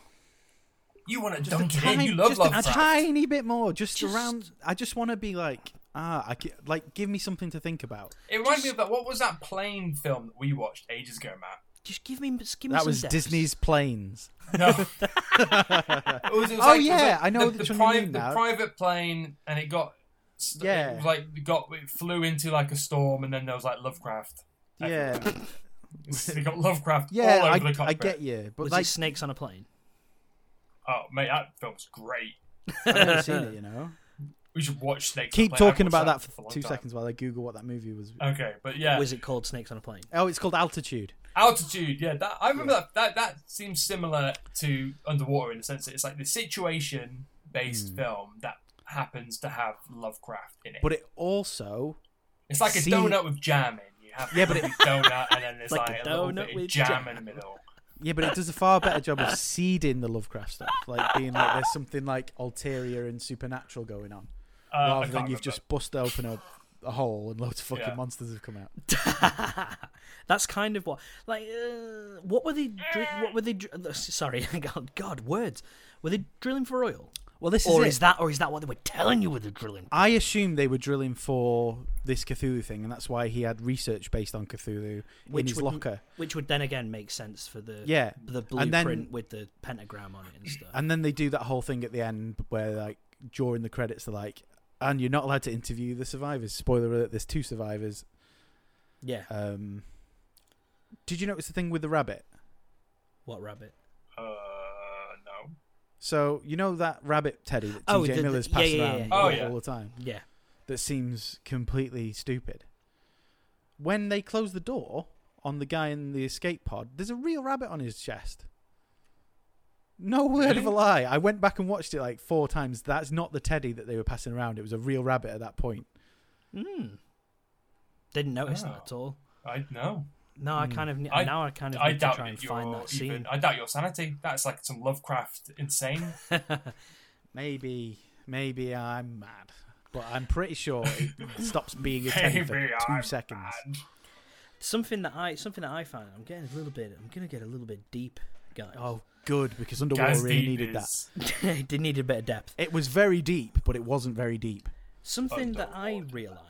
Speaker 2: You want to
Speaker 3: Just
Speaker 2: dunk it
Speaker 3: a
Speaker 2: in?
Speaker 3: tiny,
Speaker 2: You love
Speaker 3: just a- a,
Speaker 2: Lovecraft.
Speaker 3: tiny bit more, just,
Speaker 1: Just-
Speaker 3: around. I just want to be like, ah, I ca- like give me something to think about.
Speaker 2: It reminds me of that. What was that plane film that we watched ages ago, Matt?
Speaker 1: just give me, just give me
Speaker 3: That
Speaker 1: some
Speaker 3: was
Speaker 1: depth.
Speaker 3: Disney's planes.
Speaker 2: No. [laughs] it was, it was
Speaker 3: Oh,
Speaker 2: it was
Speaker 3: yeah, I know
Speaker 2: the,
Speaker 3: which
Speaker 2: the,
Speaker 3: one you
Speaker 2: private,
Speaker 3: mean
Speaker 2: the
Speaker 3: now.
Speaker 2: private plane, and it got st-
Speaker 3: Yeah.
Speaker 2: it was like it got it flew into like a storm, and then there was like Lovecraft.
Speaker 3: Yeah,
Speaker 2: They
Speaker 3: [laughs]
Speaker 2: got [laughs] Lovecraft
Speaker 3: yeah,
Speaker 2: all over
Speaker 3: I,
Speaker 2: the
Speaker 3: I
Speaker 2: cockpit.
Speaker 3: get you, but
Speaker 1: was
Speaker 3: like,
Speaker 1: it snakes on a plane?
Speaker 2: Oh mate, that film's great.
Speaker 3: I've never
Speaker 2: [laughs]
Speaker 3: seen it, you know.
Speaker 2: We should watch Snakes.
Speaker 3: Keep
Speaker 2: on a Plane. I've
Speaker 3: talking about
Speaker 2: watched
Speaker 3: that
Speaker 2: a
Speaker 3: for
Speaker 2: long
Speaker 3: two
Speaker 2: time.
Speaker 3: seconds while I Google what that movie was.
Speaker 2: Okay, but yeah,
Speaker 1: Was it called Snakes on a Plane?
Speaker 3: Oh, it's called Altitude.
Speaker 2: altitude. Yeah, that I remember that, that. That seems similar to underwater in the sense that it's like the situation-based film that happens to have Lovecraft in it.
Speaker 3: But it also
Speaker 2: It's like a
Speaker 3: See-
Speaker 2: donut with jam in. You have
Speaker 3: Yeah, but it-
Speaker 2: a donut, and then there's
Speaker 1: Like
Speaker 2: like,
Speaker 1: a
Speaker 2: a, little
Speaker 1: donut
Speaker 2: bit
Speaker 1: with
Speaker 2: of jam,
Speaker 1: jam.
Speaker 2: in the middle.
Speaker 3: yeah, but it does a far better job of seeding the Lovecraft stuff, like being like there's something like ulterior and supernatural going on,
Speaker 2: Uh, I
Speaker 3: rather
Speaker 2: can't
Speaker 3: than you've
Speaker 2: remember.
Speaker 3: just bust open a, a hole and loads of fucking
Speaker 2: Yeah.
Speaker 3: monsters have come out.
Speaker 1: That's kind of what, like, uh, what were they? Dri- what were they? Dr- [laughs] uh, sorry, God, God, words. Were they drilling for oil,
Speaker 3: Well, this
Speaker 1: or
Speaker 3: is,
Speaker 1: is that, or is that what they were telling you were the drilling?
Speaker 3: I assume they were drilling for this Cthulhu thing, and that's why he had research based on Cthulhu in his
Speaker 1: would,
Speaker 3: locker.
Speaker 1: Which would then again make sense for the
Speaker 3: Yeah,
Speaker 1: the
Speaker 3: and
Speaker 1: blueprint
Speaker 3: then-
Speaker 1: with the pentagram on it and stuff.
Speaker 3: And then they do that whole thing at the end where, like, during the credits, they're like, and you're not allowed to interview the survivors. Spoiler alert, there's two survivors.
Speaker 1: yeah,
Speaker 3: Um, did you notice the thing with the rabbit?
Speaker 1: what rabbit?
Speaker 2: Uh, no.
Speaker 3: So, you know that rabbit teddy that TJ
Speaker 1: Oh, the- the-
Speaker 3: Miller's
Speaker 1: yeah,
Speaker 3: passing
Speaker 1: yeah, yeah,
Speaker 3: around
Speaker 2: yeah. Oh,
Speaker 3: all,
Speaker 2: yeah.
Speaker 3: all the time
Speaker 1: Yeah,
Speaker 3: that seems completely stupid? When they close the door on the guy in the escape pod, there's a real rabbit on his chest. No word of a
Speaker 2: Really?
Speaker 3: lie. I went back and watched it like four times. That's not the teddy that they were passing around. It was a real rabbit at that point. Hmm.
Speaker 1: mm. didn't notice
Speaker 2: Oh.
Speaker 1: that at all.
Speaker 2: I no.
Speaker 1: No,
Speaker 3: Hmm.
Speaker 1: I kind of ne-
Speaker 2: I-
Speaker 1: now I kind of
Speaker 2: I
Speaker 1: need to
Speaker 2: doubt
Speaker 1: try
Speaker 2: that
Speaker 1: and
Speaker 2: you're
Speaker 1: find that scene.
Speaker 2: even. I doubt your sanity. That's like some Lovecraft insane.
Speaker 3: Maybe, maybe I'm mad, but I'm pretty sure it [laughs] stops being a teddy
Speaker 2: Maybe
Speaker 3: for 2
Speaker 2: I'm
Speaker 3: seconds.
Speaker 2: mad.
Speaker 1: something that I something that I find I'm getting a little bit I'm gonna get a little bit deep guys.
Speaker 3: Oh, good because underwater
Speaker 2: Gaz
Speaker 3: really
Speaker 2: Deep
Speaker 3: needed that.
Speaker 2: is-
Speaker 1: [laughs] it did need a bit of depth.
Speaker 3: It was very deep, but it wasn't very deep.
Speaker 1: Something that I
Speaker 2: Underwater.
Speaker 1: realised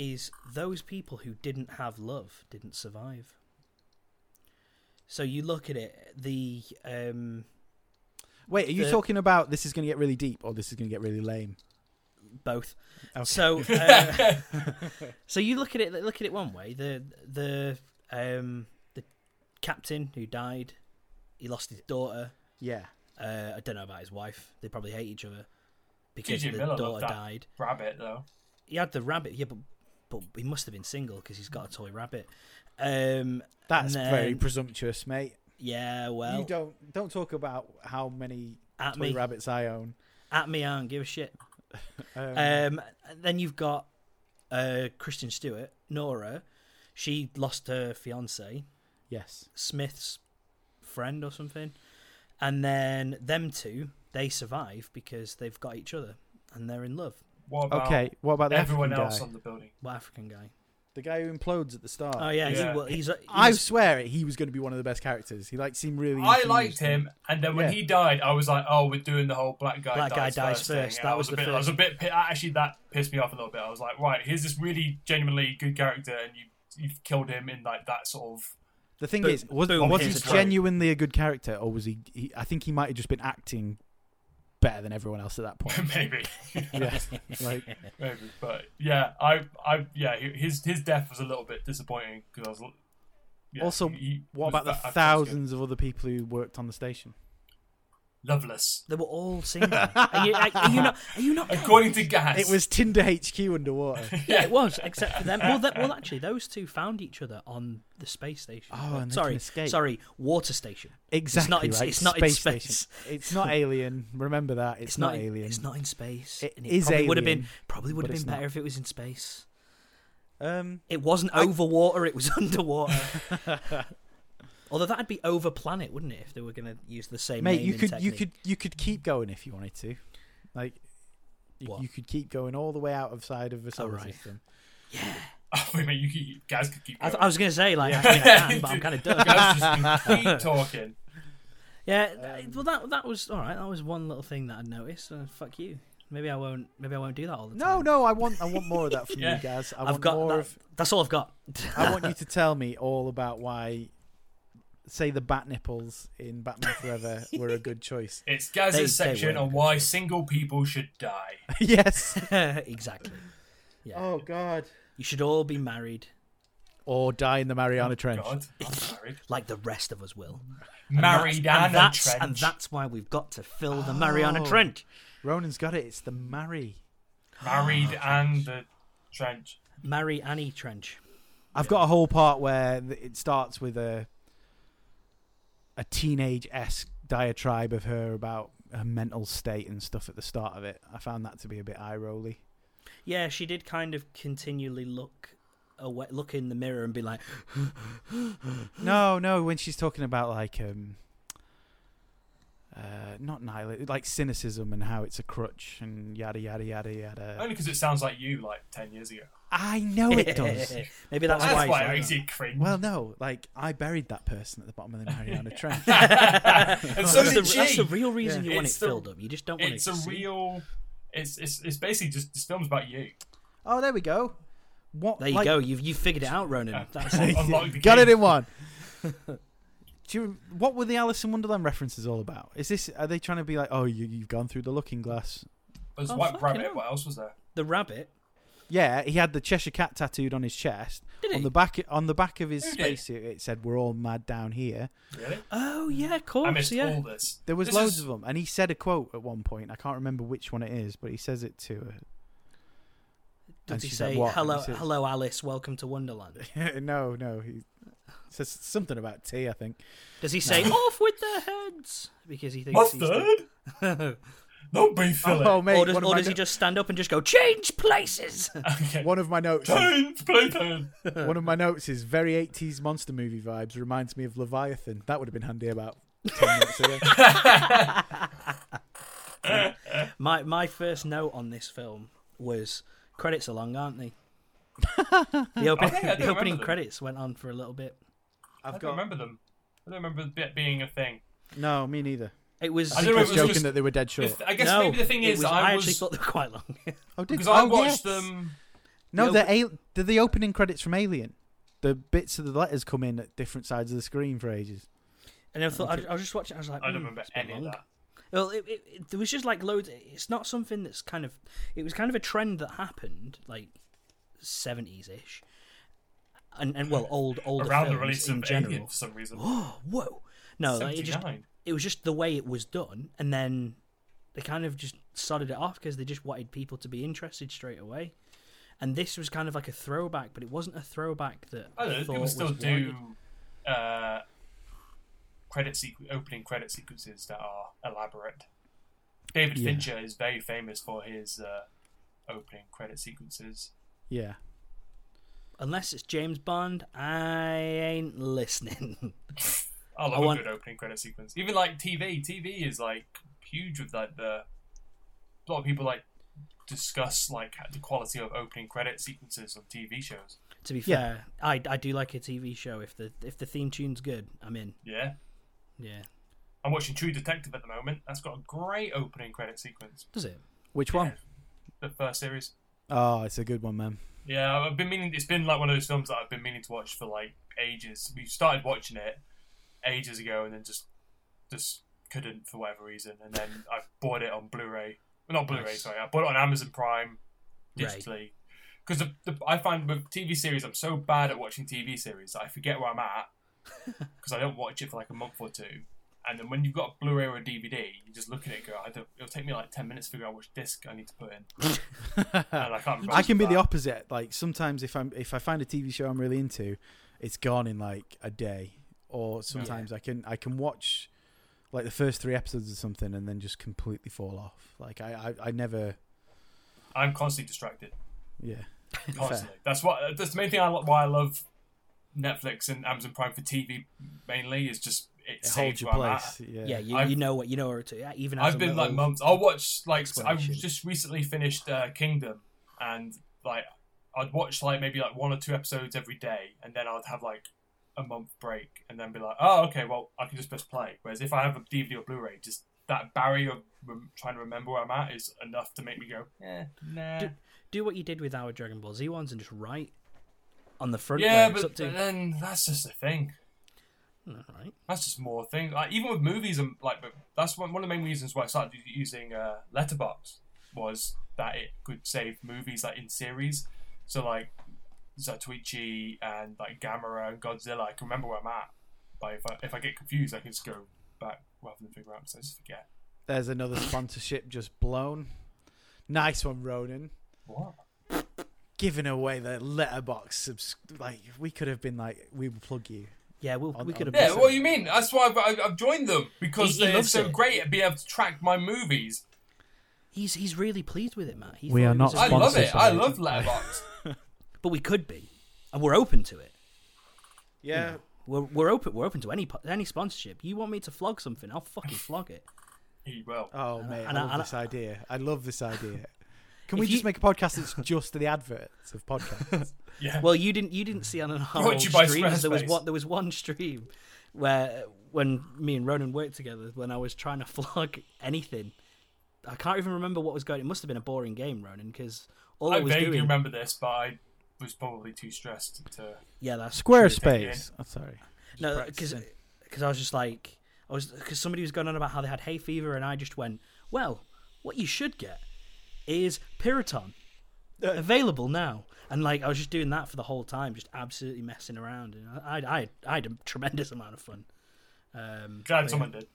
Speaker 1: is those people who didn't have love didn't survive. So you look at it, the um,
Speaker 3: Wait, are you
Speaker 1: The-
Speaker 3: talking about this is going to get really deep or this is going to get really lame?
Speaker 1: both.
Speaker 3: Okay.
Speaker 1: So uh, so you look at it look at it one way. The the um, the captain who died, he lost his daughter.
Speaker 3: Yeah.
Speaker 1: Uh, I don't know about his wife. They probably hate each other because
Speaker 2: T.J.
Speaker 1: the
Speaker 2: Miller loved
Speaker 1: daughter
Speaker 2: that.
Speaker 1: died.
Speaker 2: Rabbit though.
Speaker 1: He had the rabbit, yeah, but but he must have been single because he's got a toy rabbit. Um,
Speaker 3: That's
Speaker 1: And
Speaker 3: very
Speaker 1: then-
Speaker 3: presumptuous, mate.
Speaker 1: yeah,
Speaker 3: you
Speaker 1: well,
Speaker 3: don't don't talk about how many
Speaker 1: at
Speaker 3: toy
Speaker 1: me,
Speaker 3: rabbits I own.
Speaker 1: at me, I don't give a shit.
Speaker 3: Um,
Speaker 1: Um, then you've got uh, Christian Stewart, Nora. She lost her fiance,
Speaker 3: yes.
Speaker 1: Smith's friend or something, and then them two they survive because they've got each other and they're in love.
Speaker 2: What about
Speaker 3: Okay. What about the
Speaker 2: everyone
Speaker 3: African
Speaker 2: else
Speaker 3: guy?
Speaker 2: on the building?
Speaker 1: What African guy?
Speaker 3: The guy who implodes at the start.
Speaker 1: Oh yeah,
Speaker 2: Yeah.
Speaker 1: He, well, he's, a-
Speaker 3: I
Speaker 1: he's-
Speaker 3: swear he was going to be one of the best characters. He like seemed really.
Speaker 2: I
Speaker 3: enthused
Speaker 2: liked him, and then when
Speaker 3: Yeah.
Speaker 2: he died, I was like, "Oh, we're doing the whole black guy
Speaker 1: Black guy
Speaker 2: dies
Speaker 1: dies
Speaker 2: first." thing.
Speaker 1: first.
Speaker 2: And
Speaker 1: That
Speaker 2: I
Speaker 1: was
Speaker 2: was,
Speaker 1: the
Speaker 2: a bit. I was a bit. pi- Actually, that pissed me off a little bit. I was like, "Right, here's this really genuinely good character, and you you've killed him in like that sort of." [laughs]
Speaker 3: The thing
Speaker 1: Boom.
Speaker 3: is, was,
Speaker 1: Boom,
Speaker 3: was he
Speaker 1: here's
Speaker 2: the trophy.
Speaker 3: genuinely a good character, or was he, he? I think he might have just been acting better than everyone else at that
Speaker 2: [laughs]
Speaker 3: point.
Speaker 2: maybe,
Speaker 3: yeah, like
Speaker 2: maybe, but yeah, I, I, yeah, his his death was a little bit disappointing because I was. l- yeah,
Speaker 3: Also,
Speaker 2: he- he
Speaker 3: what
Speaker 2: was
Speaker 3: about the
Speaker 2: that- I thought he was good.
Speaker 3: thousands of other people who worked on the station?
Speaker 2: Loveless,
Speaker 1: [laughs] they were all single. Are you, are, are you not? Are you not? gay?
Speaker 2: according to Gas, [laughs]
Speaker 3: It was Tinder HQ underwater.
Speaker 1: Yeah, it was, except for them. Well, that, well, actually, those two found each other on the space station.
Speaker 3: Oh, and they
Speaker 1: sorry,
Speaker 3: can escape.
Speaker 1: sorry, water station. [laughs]
Speaker 3: exactly.
Speaker 1: It's not in,
Speaker 3: right?
Speaker 1: it's not
Speaker 3: space
Speaker 1: in space.
Speaker 3: station. It's not alien. Remember that. It's, not,
Speaker 1: in,
Speaker 3: alien.
Speaker 1: It's not in space.
Speaker 3: It
Speaker 1: and
Speaker 3: is
Speaker 1: probably Would have been
Speaker 3: alien,
Speaker 1: probably would
Speaker 3: but
Speaker 1: have been
Speaker 3: it's not.
Speaker 1: better if it was in space.
Speaker 3: Um,
Speaker 1: It wasn't
Speaker 3: I-
Speaker 1: over water. It was [laughs]
Speaker 3: [laughs]
Speaker 1: underwater. Although that'd be over planet, wouldn't it? If they were going to use the same
Speaker 3: mate,
Speaker 1: name
Speaker 3: you
Speaker 1: and
Speaker 3: could you
Speaker 1: technique.
Speaker 3: could you could keep going if you wanted to, like. You,
Speaker 1: What? Oh,
Speaker 3: you could keep going all the way out of side of the solar
Speaker 1: right.
Speaker 3: system.
Speaker 2: Wait, mate, you keep, Gaz could keep.
Speaker 1: I,
Speaker 2: Going.
Speaker 1: th- I was going to say like actually I can, but
Speaker 2: [laughs]
Speaker 3: [laughs]
Speaker 1: I'm kind of done.
Speaker 2: Gaz just can keep talking.
Speaker 1: Yeah,
Speaker 3: [laughs]
Speaker 1: th-
Speaker 3: Um,
Speaker 1: well that that was all right. That was one little thing that I noticed. Uh, fuck you. Maybe I won't. Maybe I won't do that all the time.
Speaker 3: No, no, I want I want more of
Speaker 1: [laughs]
Speaker 3: that from
Speaker 2: Yeah.
Speaker 3: you guys. I
Speaker 1: I've
Speaker 3: want
Speaker 1: got
Speaker 3: more
Speaker 1: that-
Speaker 3: of
Speaker 1: that's all I've got. [laughs]
Speaker 3: I want you to tell me all about why, say, the bat nipples in Batman Forever
Speaker 1: [laughs]
Speaker 3: were a good choice. [laughs]
Speaker 2: It's
Speaker 1: They- they
Speaker 2: Gaz's section
Speaker 1: were.
Speaker 2: on why single people should die.
Speaker 3: yes.
Speaker 1: exactly. Yeah.
Speaker 3: Oh God.
Speaker 1: You should all be married
Speaker 3: Or die in
Speaker 1: Oh,
Speaker 3: the Mariana Trench.
Speaker 2: God, I'm married.
Speaker 1: like the rest of us will.
Speaker 2: Married
Speaker 1: That's-
Speaker 2: and,
Speaker 1: and that's,
Speaker 2: a trench.
Speaker 1: And that's why we've got to fill the
Speaker 3: Oh.
Speaker 1: Mariana Trench.
Speaker 3: Ronan's got it. It's the marry.
Speaker 2: Married
Speaker 1: Ah,
Speaker 2: and the trench.
Speaker 1: Marry Annie Trench.
Speaker 3: I've got a whole part where th- it starts with a a teenage esque diatribe of her about her mental state and stuff at the start of it. I found that to be a bit
Speaker 1: [gasps]
Speaker 3: eye rolly.
Speaker 1: Yeah, she did kind of continually look away, look in the mirror and be like,
Speaker 3: No, no, when she's talking about like um uh not nihilism, like cynicism and how it's a crutch and yada yada yada yada.
Speaker 1: Oh.
Speaker 2: Only because it sounds like you, like ten years ago.
Speaker 3: I know
Speaker 1: [laughs]
Speaker 3: Oh, it does.
Speaker 1: Maybe that's,
Speaker 2: That's,
Speaker 1: why.
Speaker 2: why
Speaker 1: it's
Speaker 2: it
Speaker 1: like
Speaker 2: makes
Speaker 1: that.
Speaker 2: it cringe.
Speaker 3: Well, no, like I buried that person at the bottom
Speaker 1: [laughs]
Speaker 3: of the Mariana Trench.
Speaker 2: [laughs] and so
Speaker 1: that's,
Speaker 2: did
Speaker 1: the,
Speaker 2: she.
Speaker 1: that's the real reason
Speaker 2: Yeah.
Speaker 1: you want it
Speaker 2: It's the-
Speaker 1: filled up. You just don't want
Speaker 2: it's
Speaker 1: it.
Speaker 2: a
Speaker 1: see-
Speaker 2: real. It's, it's it's basically just this film's about
Speaker 3: [laughs]
Speaker 2: you.
Speaker 3: Oh, there we go. What?
Speaker 1: There you
Speaker 3: like-
Speaker 1: go. You've you figured it out, Ronan. That's
Speaker 2: [laughs]
Speaker 1: it.
Speaker 2: Unlock the
Speaker 3: Got
Speaker 2: key.
Speaker 3: it in one. [laughs] Do you, what were the Alice in Wonderland references all about? Is this are they trying to be like, oh, you, you've gone through the looking glass?
Speaker 2: There's
Speaker 1: Oh,
Speaker 2: White
Speaker 1: fucking
Speaker 2: Rabbit.
Speaker 1: hell.
Speaker 2: What else was there?
Speaker 1: the rabbit.
Speaker 3: Yeah, he had the Cheshire Cat tattooed on his chest.
Speaker 1: Did
Speaker 3: on
Speaker 1: he?
Speaker 3: the back on the back of his
Speaker 2: Who did?
Speaker 3: spacesuit, it said, "We're all mad down here."
Speaker 2: Really?
Speaker 1: Oh yeah, of
Speaker 2: I
Speaker 1: course.
Speaker 2: missed
Speaker 1: Yeah.
Speaker 2: all this.
Speaker 3: There was
Speaker 2: This
Speaker 3: loads
Speaker 2: is-
Speaker 3: of them, and he said a quote at one point. I can't remember which one it is, but he says it to her.
Speaker 1: Did
Speaker 3: And
Speaker 1: he
Speaker 3: she's like,
Speaker 1: say
Speaker 3: "What?" And
Speaker 1: hello,
Speaker 3: he says-
Speaker 1: hello, Alice? Welcome to Wonderland.
Speaker 3: [laughs] no, no, he says something about tea. I think.
Speaker 1: Does he say off with their heads because he thinks he's the-
Speaker 2: Mustard?
Speaker 3: [laughs]
Speaker 2: Don't be filling.
Speaker 3: Oh mate,
Speaker 1: or does,
Speaker 3: one,
Speaker 1: or
Speaker 3: of
Speaker 1: does
Speaker 3: my
Speaker 1: he just stand up and just go change [laughs] places?
Speaker 3: no- one of
Speaker 1: [laughs]
Speaker 3: my notes. is-
Speaker 2: Change Playtime.
Speaker 3: one of my notes is very 80s monster movie vibes. Reminds me of Leviathan. That would have been handy about ten minutes [laughs] ago.
Speaker 1: my my first note on this film was credits are long, aren't [laughs] they? the opening,
Speaker 2: I don't
Speaker 1: the opening
Speaker 2: remember them.
Speaker 1: credits went on for a little bit.
Speaker 2: I
Speaker 3: I've
Speaker 2: don't
Speaker 3: got
Speaker 2: remember them. I don't remember it being a thing.
Speaker 3: No, me neither.
Speaker 1: It was.
Speaker 2: I
Speaker 3: I,
Speaker 2: don't know,
Speaker 3: was
Speaker 2: it was
Speaker 3: joking
Speaker 2: just-
Speaker 3: that they were dead short.
Speaker 2: If- I guess
Speaker 1: no,
Speaker 2: maybe the thing
Speaker 1: it
Speaker 2: is,
Speaker 1: was-
Speaker 2: I,
Speaker 1: actually
Speaker 2: was
Speaker 1: thought they were quite long. [laughs]
Speaker 3: oh, did
Speaker 2: because I
Speaker 3: oh,
Speaker 2: watched
Speaker 3: yes.
Speaker 2: them.
Speaker 3: No,
Speaker 1: The
Speaker 3: they're, al- they're the opening credits from Alien. The bits of the letters come in at different sides of the screen for ages.
Speaker 1: and I thought I, I was just watching. I was like,
Speaker 2: I don't
Speaker 1: "Hmm,
Speaker 2: remember
Speaker 1: it's been
Speaker 2: any of
Speaker 1: long."
Speaker 2: that.
Speaker 1: Well, it, it, it, there was just like loads. It's not something that's kind of. It was kind of a trend that happened like seventies ish, and and well, old older
Speaker 2: Around
Speaker 1: films
Speaker 2: the release
Speaker 1: in
Speaker 2: of
Speaker 1: general.
Speaker 2: Alien for some reason.
Speaker 1: Oh, whoa! No, like, it just
Speaker 2: 79.
Speaker 1: it was just the way it was done, and then they kind of just sodded it off because they just wanted people to be interested straight away. And this was kind of like a throwback, but it wasn't a throwback that
Speaker 2: I
Speaker 1: I
Speaker 2: don't know.
Speaker 1: thought
Speaker 2: People still
Speaker 1: was
Speaker 2: do
Speaker 1: wanted.
Speaker 2: uh, credit sequ- opening credit sequences that are elaborate. David
Speaker 3: Yeah.
Speaker 2: Fincher is very famous for his uh, opening credit sequences.
Speaker 3: Yeah.
Speaker 1: Unless it's James Bond, I ain't listening. [laughs]
Speaker 2: I love
Speaker 1: I
Speaker 2: Oh, a
Speaker 1: want-
Speaker 2: good opening credit sequence. Even like TV, TV is like huge with like the a lot of people like discuss like the quality of opening credit sequences on TV shows.
Speaker 1: to be
Speaker 3: Yeah.
Speaker 1: fair, I, I do like a TV show if the if the theme tune's good, I'm in.
Speaker 2: Yeah,
Speaker 1: Yeah,
Speaker 2: I'm watching True Detective at the moment. That's got a great opening credit sequence.
Speaker 1: does it?
Speaker 3: Which one?
Speaker 2: The first series.
Speaker 3: Oh, it's a good one, man.
Speaker 2: Yeah, I've been meaning. It's been like one of those films that I've been meaning to watch for like ages. We started watching it ages ago, and then just just couldn't for whatever reason. And then I bought it on Blu-ray. Well, not Blu-ray,
Speaker 1: Nice.
Speaker 2: sorry. I bought it on Amazon Prime
Speaker 1: Right.
Speaker 2: digitally because the, the, I find with TV series I'm so bad at watching TV series that I forget where I'm
Speaker 3: [laughs]
Speaker 2: at because I don't watch it for like a month or two. And then when you've got a Blu-ray or a DVD, you just look at it, and go, I don't, it'll take me like ten minutes to figure out which disc I need to
Speaker 3: [laughs]
Speaker 2: put in, and I can't. be
Speaker 3: I
Speaker 2: bothered
Speaker 3: can be
Speaker 2: with
Speaker 3: the
Speaker 2: that.
Speaker 3: opposite. Like sometimes if I'm if I find a TV show I'm really into, it's gone in like a day. Or sometimes I can I can watch like the first three episodes or something and then just completely fall off. Like I I, I never
Speaker 2: I'm constantly distracted.
Speaker 3: yeah.
Speaker 2: constantly. That's what. That's the main thing. I lo- why I love Netflix and Amazon Prime for TV mainly is just it,
Speaker 3: It
Speaker 2: saves
Speaker 3: holds your
Speaker 2: where I'm
Speaker 3: place. Yeah.
Speaker 1: Yeah, you,
Speaker 2: I've-
Speaker 1: you know what you know where to. Even
Speaker 2: at.
Speaker 1: as
Speaker 2: I've
Speaker 1: a
Speaker 2: been like
Speaker 1: little-
Speaker 2: months. I'll watch like s- I
Speaker 1: Explanation.
Speaker 2: just recently finished uh, Kingdom, and like I'd watch like maybe like one or two episodes every day, and then I'd have like a month break, and then be like, oh okay, well I can just press play. Whereas if I have a DVD or Blu-ray, just that barrier of rem- trying to remember where I'm at is enough to make me go, yeah, nah.
Speaker 1: Do- do what you did with our Dragon Ball Z ones and just write on the front.
Speaker 2: yeah,
Speaker 1: where it's
Speaker 2: but
Speaker 1: up to.
Speaker 2: then that's just the thing.
Speaker 1: Alright.
Speaker 2: That's just more things. Like even with movies, and like but that's one, one of the main reasons why I started u- using uh, Letterbox was that it could save movies like in series. So like Zatoichi and like Gamera and Godzilla, I can remember where I'm at. Like if I if I get confused, I can just go back rather than figure out. So I just forget
Speaker 3: There's another sponsorship just blown. Nice one, Ronan.
Speaker 2: what.
Speaker 3: Giving away the letterbox subs- like we could have been like we will plug you.
Speaker 1: Yeah, we'll,
Speaker 3: On-
Speaker 1: we could have.
Speaker 2: Yeah,
Speaker 1: done
Speaker 2: what do you mean? That's why I've, I've- I've joined them because
Speaker 1: He- he
Speaker 2: they're
Speaker 1: loves
Speaker 2: so
Speaker 1: it.
Speaker 2: great at being able to track my movies.
Speaker 1: He's he's really pleased with it, Matt. He
Speaker 3: We
Speaker 1: thought
Speaker 3: are
Speaker 1: it
Speaker 3: not
Speaker 1: was a-
Speaker 2: I love it. I
Speaker 3: Sponsorship.
Speaker 1: [laughs]
Speaker 2: love Letterbox.
Speaker 1: but we could be, and we're open to it.
Speaker 3: Yeah.
Speaker 1: We're, we're open. We're open to any po- any sponsorship. You want me to flog something? I'll fucking flog it.
Speaker 2: he will.
Speaker 3: Oh mate, I
Speaker 1: and I-
Speaker 3: love
Speaker 1: and I-
Speaker 3: this idea. I love this [laughs] idea. Can
Speaker 1: If
Speaker 3: we
Speaker 1: you-
Speaker 3: just make a podcast that's just the adverts of [laughs] podcasts?
Speaker 2: Yeah.
Speaker 1: Well, you didn't you didn't see on our
Speaker 2: Brought
Speaker 1: old
Speaker 2: you by
Speaker 1: streams. There was
Speaker 2: Squarespace.
Speaker 1: one there was one stream where when me and Ronan worked together, when I was trying to [laughs] flog anything, I can't even remember what was going. It must have been a boring game, Ronan, because all I,
Speaker 2: I
Speaker 1: was
Speaker 2: vaguely
Speaker 1: doing.
Speaker 2: remember this, but I was probably too stressed to.
Speaker 1: Yeah, that's
Speaker 3: Squarespace. I'm Oh, sorry.
Speaker 1: No, because because I was just like I was because somebody was going on about how they had hay fever, and I just went, well, what you should get is Piriton available now, and like I was just doing that for the whole time, just absolutely messing around, and I I I, I had a tremendous amount of fun. Um,
Speaker 2: Glad someone did.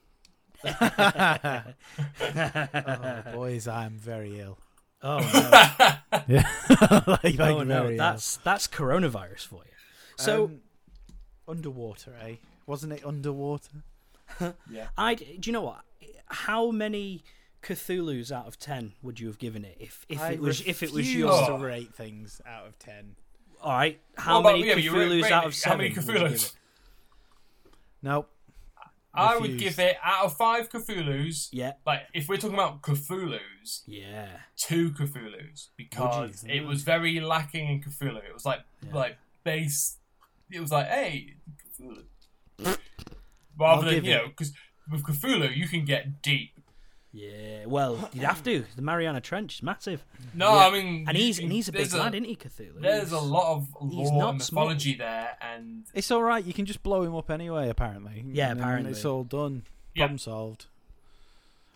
Speaker 3: Oh, boys, I'm very ill.
Speaker 2: [laughs]
Speaker 1: oh no,
Speaker 3: [laughs] Yeah. [laughs] like,
Speaker 1: oh
Speaker 3: like,
Speaker 1: no,
Speaker 3: very
Speaker 1: that's that's coronavirus for you.
Speaker 3: ill.
Speaker 1: So
Speaker 3: Um, underwater, eh? Wasn't it underwater?
Speaker 1: I do you know what? How many Cthulhu's out of ten would you have given it if if it was if it was
Speaker 3: refuse
Speaker 1: your
Speaker 3: to rate things out of ten.
Speaker 1: All right. How
Speaker 2: Well, but-
Speaker 1: many
Speaker 2: yeah, but you rate-
Speaker 1: Cthulhu's
Speaker 2: rate
Speaker 1: out
Speaker 2: it.
Speaker 1: of
Speaker 2: How
Speaker 1: seven?
Speaker 2: many
Speaker 1: would you give
Speaker 2: Cthulhu's?
Speaker 1: it?
Speaker 3: Nope.
Speaker 2: I would
Speaker 3: Refused.
Speaker 2: give it out of five Cthulhu's.
Speaker 1: Yeah.
Speaker 2: Like if we're talking about Cthulhu's,
Speaker 1: Yeah.
Speaker 2: two Cthulhu's because it was very lacking in Cthulhu.
Speaker 1: [laughs]
Speaker 2: It was like like base. It was like hey, Cthulhu. Rather than
Speaker 3: give
Speaker 2: you
Speaker 3: it.
Speaker 2: know, because with Cthulhu you can get deep.
Speaker 1: Yeah, well, you'd have to. The Mariana Trench is massive,
Speaker 2: No,
Speaker 1: Yeah.
Speaker 2: I mean,
Speaker 1: and
Speaker 2: you
Speaker 1: he's
Speaker 2: can-
Speaker 1: and he's a big
Speaker 2: there's
Speaker 1: lad, isn't he, Cthulhu?
Speaker 2: There's a lot of
Speaker 1: he's
Speaker 2: lore
Speaker 1: not
Speaker 2: and
Speaker 1: small.
Speaker 2: mythology there, and
Speaker 3: It's all right. You can just blow him up anyway. Apparently.
Speaker 1: Yeah,
Speaker 3: And then
Speaker 1: apparently.
Speaker 3: it's all done.
Speaker 2: Yeah.
Speaker 3: Problem solved.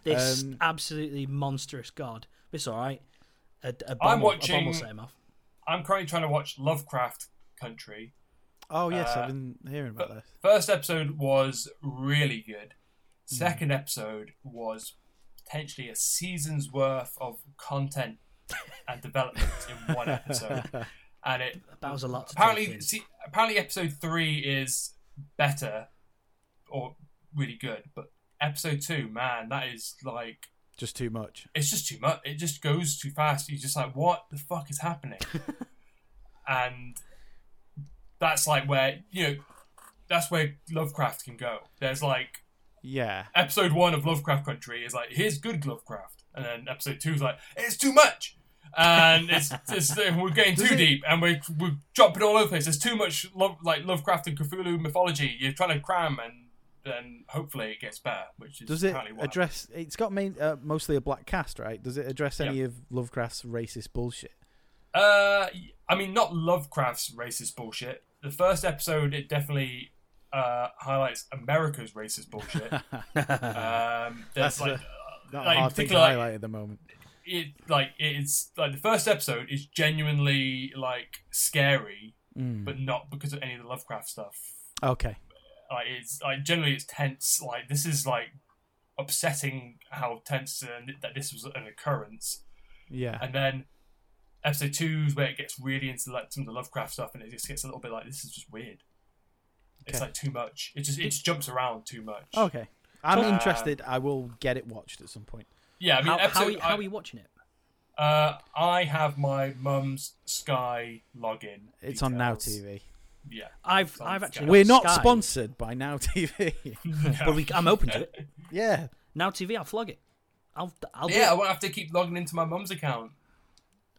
Speaker 1: This
Speaker 3: um,
Speaker 1: absolutely monstrous god. But it's all right. A, a bomb,
Speaker 2: I'm
Speaker 1: will- A bomb will
Speaker 2: watching-
Speaker 1: set him off.
Speaker 2: I'm currently trying to watch Lovecraft Country.
Speaker 3: Oh yes,
Speaker 2: Uh,
Speaker 3: I've been hearing about this.
Speaker 2: First episode was really good. Second episode was potentially a season's worth of content and development in one episode, and it
Speaker 1: That was a lot. To take
Speaker 2: apparently
Speaker 1: in.
Speaker 2: see, apparently episode three is better or really good, but episode two, man, that is like
Speaker 3: Just too much.
Speaker 2: it's just too much. It just goes too fast. You're just like, what the fuck is
Speaker 3: [laughs]
Speaker 2: happening? and that's like where you know, that's where Lovecraft can go. There's like
Speaker 3: Yeah.
Speaker 2: episode one of Lovecraft Country is like, here's good Lovecraft, and then episode two is like, it's too much. And
Speaker 3: [laughs]
Speaker 2: it's, it's uh, we're getting
Speaker 3: Does
Speaker 2: too
Speaker 3: it-
Speaker 2: deep, and we're, we're dropping all over the place. There's too much love, like Lovecraft and Cthulhu mythology. You're trying to cram, and then hopefully it gets better, which is
Speaker 3: Does it
Speaker 2: apparently what happened.
Speaker 3: address? It's got main uh, mostly a black cast, right? Does it address any of Lovecraft's racist bullshit?
Speaker 2: Uh, I mean, not Lovecraft's racist bullshit. The first episode, it definitely uh, highlights America's racist
Speaker 3: [laughs]
Speaker 2: bullshit. um,
Speaker 3: That's
Speaker 2: there's like,
Speaker 3: a- Not
Speaker 2: Like,
Speaker 3: a hard thing to
Speaker 2: particularly-
Speaker 3: highlight at the moment.
Speaker 2: it, like it's like the first episode is genuinely like scary,
Speaker 3: Mm.
Speaker 2: but not because of any of the Lovecraft stuff.
Speaker 3: Okay.
Speaker 2: Like it's like generally it's tense. Like this is like upsetting how tense and that this was an occurrence.
Speaker 3: Yeah.
Speaker 2: And then episode two is where it gets really into like some of the Lovecraft stuff, and it just gets a little bit like this is just weird. It's
Speaker 3: Okay.
Speaker 2: like too much. It just it just jumps around too much.
Speaker 1: Oh,
Speaker 3: Okay. I'm
Speaker 2: Uh,
Speaker 3: interested. I will get it watched at some point.
Speaker 2: Yeah, I mean,
Speaker 1: how, how, are
Speaker 2: episode,
Speaker 1: you, how are you watching it?
Speaker 2: I, uh, I have my mum's Sky login.
Speaker 3: It's on Now
Speaker 2: details.
Speaker 3: TV.
Speaker 2: Yeah.
Speaker 1: I've
Speaker 2: on
Speaker 1: I've
Speaker 2: Sky.
Speaker 1: actually.
Speaker 3: We're
Speaker 1: got
Speaker 3: not
Speaker 1: Sky,
Speaker 3: sponsored by Now TV.
Speaker 1: [laughs] but we, I'm open to it.
Speaker 3: [laughs] yeah.
Speaker 1: [laughs] Now TV, I'll flog it. I'll I'll do
Speaker 2: yeah, I
Speaker 1: it.
Speaker 2: won't have to keep logging into my mum's account.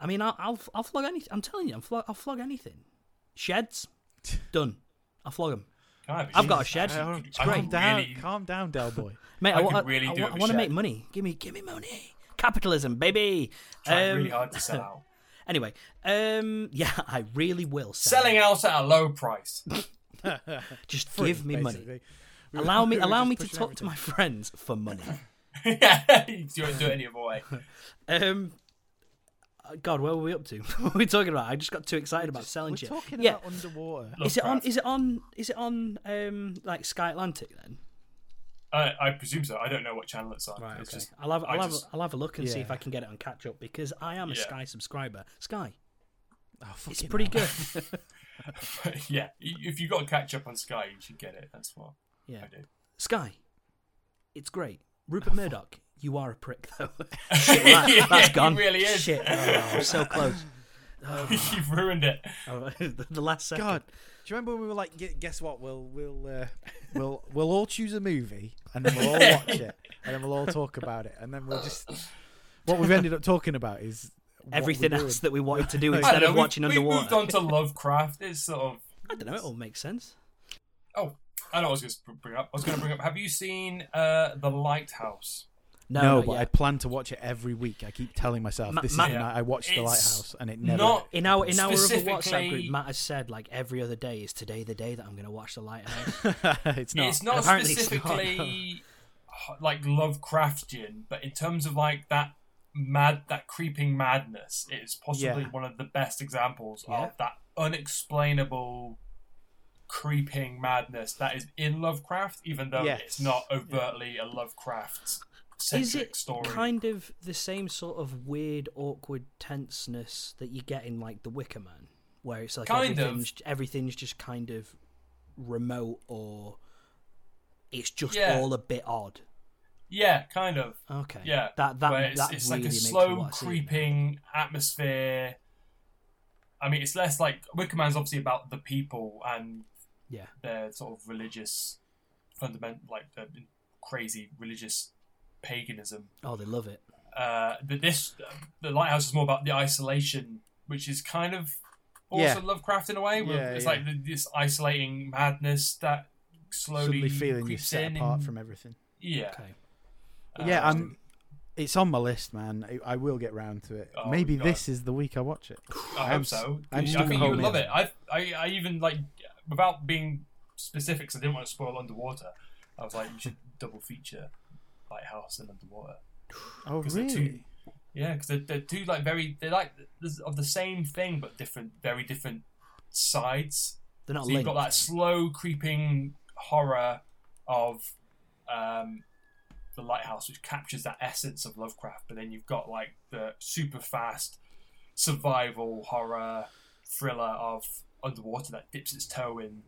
Speaker 1: I mean, I'll I'll, I'll flog anything. I'm telling you, I'm flog, I'll flog anything.
Speaker 2: [laughs]
Speaker 1: Sheds, done. I'll flog them,
Speaker 2: Can I have
Speaker 1: I've got a
Speaker 2: Jesus.
Speaker 1: shed.
Speaker 2: I
Speaker 1: Oh,
Speaker 2: could- I
Speaker 3: Uh, Calm
Speaker 2: could
Speaker 3: down.
Speaker 2: really-
Speaker 3: Calm down,
Speaker 1: [laughs]
Speaker 3: Del Boy.
Speaker 1: mate. I,
Speaker 2: I could
Speaker 1: wa- I,
Speaker 2: really
Speaker 1: I,
Speaker 2: do
Speaker 1: wa-
Speaker 2: with
Speaker 1: I want
Speaker 2: shed.
Speaker 1: to make money. Give me give me money. Capitalism, baby.
Speaker 2: Trying
Speaker 1: Um,
Speaker 2: really hard to
Speaker 1: [laughs]
Speaker 2: sell out.
Speaker 1: Anyway, um, [laughs] yeah, I really will. Sell.
Speaker 2: Selling out at a low
Speaker 1: [laughs]
Speaker 2: price. [laughs]
Speaker 1: Just give me money.
Speaker 3: Basically. [laughs] We were-
Speaker 1: Allow me
Speaker 3: we were
Speaker 1: allow
Speaker 3: just
Speaker 1: me to
Speaker 3: pushing
Speaker 1: talk to my friends for
Speaker 3: [laughs]
Speaker 1: money.
Speaker 2: yeah, you won't do it any other way.
Speaker 1: Um, uh, God, where were we up to? [laughs] what were we talking about? I just got too excited about
Speaker 3: everything.
Speaker 1: selling shit.
Speaker 3: We're talking
Speaker 1: yeah,
Speaker 3: about underwater. Oh,
Speaker 1: is it on?
Speaker 2: Lovecraft.
Speaker 1: Is it on? Is it on? Um, like Sky Atlantic then?
Speaker 2: I, I presume so. I don't know what channel it's on. it's just
Speaker 1: I'll have
Speaker 2: I
Speaker 1: I'll have,
Speaker 2: just-
Speaker 1: I'll have a look and see if
Speaker 3: Yeah.
Speaker 1: I can get it on catch up because I am a
Speaker 2: Yeah.
Speaker 1: Sky subscriber. Sky,
Speaker 3: Oh,
Speaker 1: it's
Speaker 3: fucking
Speaker 1: pretty
Speaker 3: hell.
Speaker 1: good. [laughs]
Speaker 2: [laughs] yeah. If you got to catch up on Sky, you should get it. That's what
Speaker 1: yeah,
Speaker 2: I do.
Speaker 1: Sky, it's great. Rupert Murdoch, you are a prick
Speaker 2: [laughs]
Speaker 1: though. Shit, well, that, has
Speaker 2: he
Speaker 1: gone.
Speaker 2: really is.
Speaker 1: Shit, oh, I'm so close.
Speaker 2: [laughs] You've ruined it.
Speaker 1: Oh, [laughs] the the last second.
Speaker 3: God, do you remember when we were like, "Gu- guess what? We'll we'll uh, [laughs] we'll we'll all choose a movie and then we'll all [laughs] watch it and then we'll all talk about it and then we'll just what we've ended up talking about is what we're
Speaker 1: Everything
Speaker 3: doing.
Speaker 1: else that we wanted to do
Speaker 2: [laughs] I
Speaker 1: instead
Speaker 2: don't know,
Speaker 1: of watching
Speaker 2: we've,
Speaker 1: underwater.
Speaker 2: We've moved on
Speaker 1: [laughs]
Speaker 2: to Lovecraft. It's sort of.
Speaker 1: I don't know. It all makes sense.
Speaker 2: Oh, I know. what I was going to bring up. I was going to bring up. Have you seen uh, the Lighthouse?
Speaker 1: No,
Speaker 3: No,
Speaker 1: not
Speaker 3: but I
Speaker 1: yet.
Speaker 3: plan to watch it every week. I keep telling myself
Speaker 1: Ma-
Speaker 3: this
Speaker 1: ma-
Speaker 3: is the night I watched The
Speaker 2: It's
Speaker 3: Lighthouse and it never.
Speaker 2: not-
Speaker 1: in our in our other WhatsApp
Speaker 2: Specifically-
Speaker 1: group, Matt has said like every other day is today the day that I'm going to watch the lighthouse.
Speaker 3: [laughs] it's not.
Speaker 2: It's not
Speaker 1: Apparently it's not. [laughs]
Speaker 2: specifically like Lovecraftian, but in terms of like that mad, that creeping madness, it's possibly
Speaker 3: Yeah.
Speaker 2: one of the best examples
Speaker 1: Yeah.
Speaker 2: of that unexplainable creeping madness that is in Lovecraft, even though
Speaker 3: Yes.
Speaker 2: it's not overtly a Lovecraft
Speaker 1: is
Speaker 2: centric
Speaker 1: it
Speaker 2: story.
Speaker 1: kind of the same sort of weird, awkward tenseness that you get in like The Wicker Man, where it's like
Speaker 2: Kind of.
Speaker 1: everything's, everything's just kind of remote or it's just
Speaker 2: Yeah.
Speaker 1: all a bit odd.
Speaker 2: yeah, kind of.
Speaker 1: Okay.
Speaker 2: Yeah,
Speaker 1: That that
Speaker 2: where it's,
Speaker 1: that
Speaker 2: it's
Speaker 1: really
Speaker 2: like a
Speaker 1: makes me
Speaker 2: slow
Speaker 1: want to see it now.
Speaker 2: creeping atmosphere. I mean, it's less like Wicker Man's obviously about the people and
Speaker 1: Yeah.
Speaker 2: their sort of religious fundamental, like the crazy religious paganism.
Speaker 1: Oh, they love it.
Speaker 2: Uh, but this, the lighthouse is more about the isolation, which is kind of also
Speaker 3: Yeah.
Speaker 2: Lovecraft in a way. where
Speaker 3: Yeah,
Speaker 2: it's
Speaker 3: yeah.
Speaker 2: like the, this isolating madness that slowly
Speaker 3: suddenly feeling you're
Speaker 2: creeps
Speaker 3: set
Speaker 2: in
Speaker 3: apart
Speaker 2: and-
Speaker 3: from everything.
Speaker 2: Yeah,
Speaker 1: Okay.
Speaker 3: yeah,
Speaker 2: um,
Speaker 3: I'm. It's on my list, man. I- I will get round to it.
Speaker 2: Oh,
Speaker 3: Maybe
Speaker 2: God.
Speaker 3: this is the week I watch it.
Speaker 2: I
Speaker 3: I'm
Speaker 2: hope
Speaker 3: s-
Speaker 2: so.
Speaker 3: I'm
Speaker 2: i
Speaker 3: stuck at
Speaker 2: think you
Speaker 3: home
Speaker 2: would
Speaker 3: now.
Speaker 2: love it. I, I, I even like without being specific, 'cause I didn't want to spoil underwater. I was like, you should double feature lighthouse and underwater.
Speaker 3: Oh,
Speaker 2: 'Cause they're two-
Speaker 3: really?
Speaker 2: Yeah, because they're, they're two like very they're like there's- of the same thing but different, very different sides.
Speaker 1: They're not
Speaker 2: So you've
Speaker 1: linked.
Speaker 2: got that slow creeping horror of um, the lighthouse, which captures that essence of Lovecraft, but then you've got like the super fast survival horror thriller of underwater that dips its toe in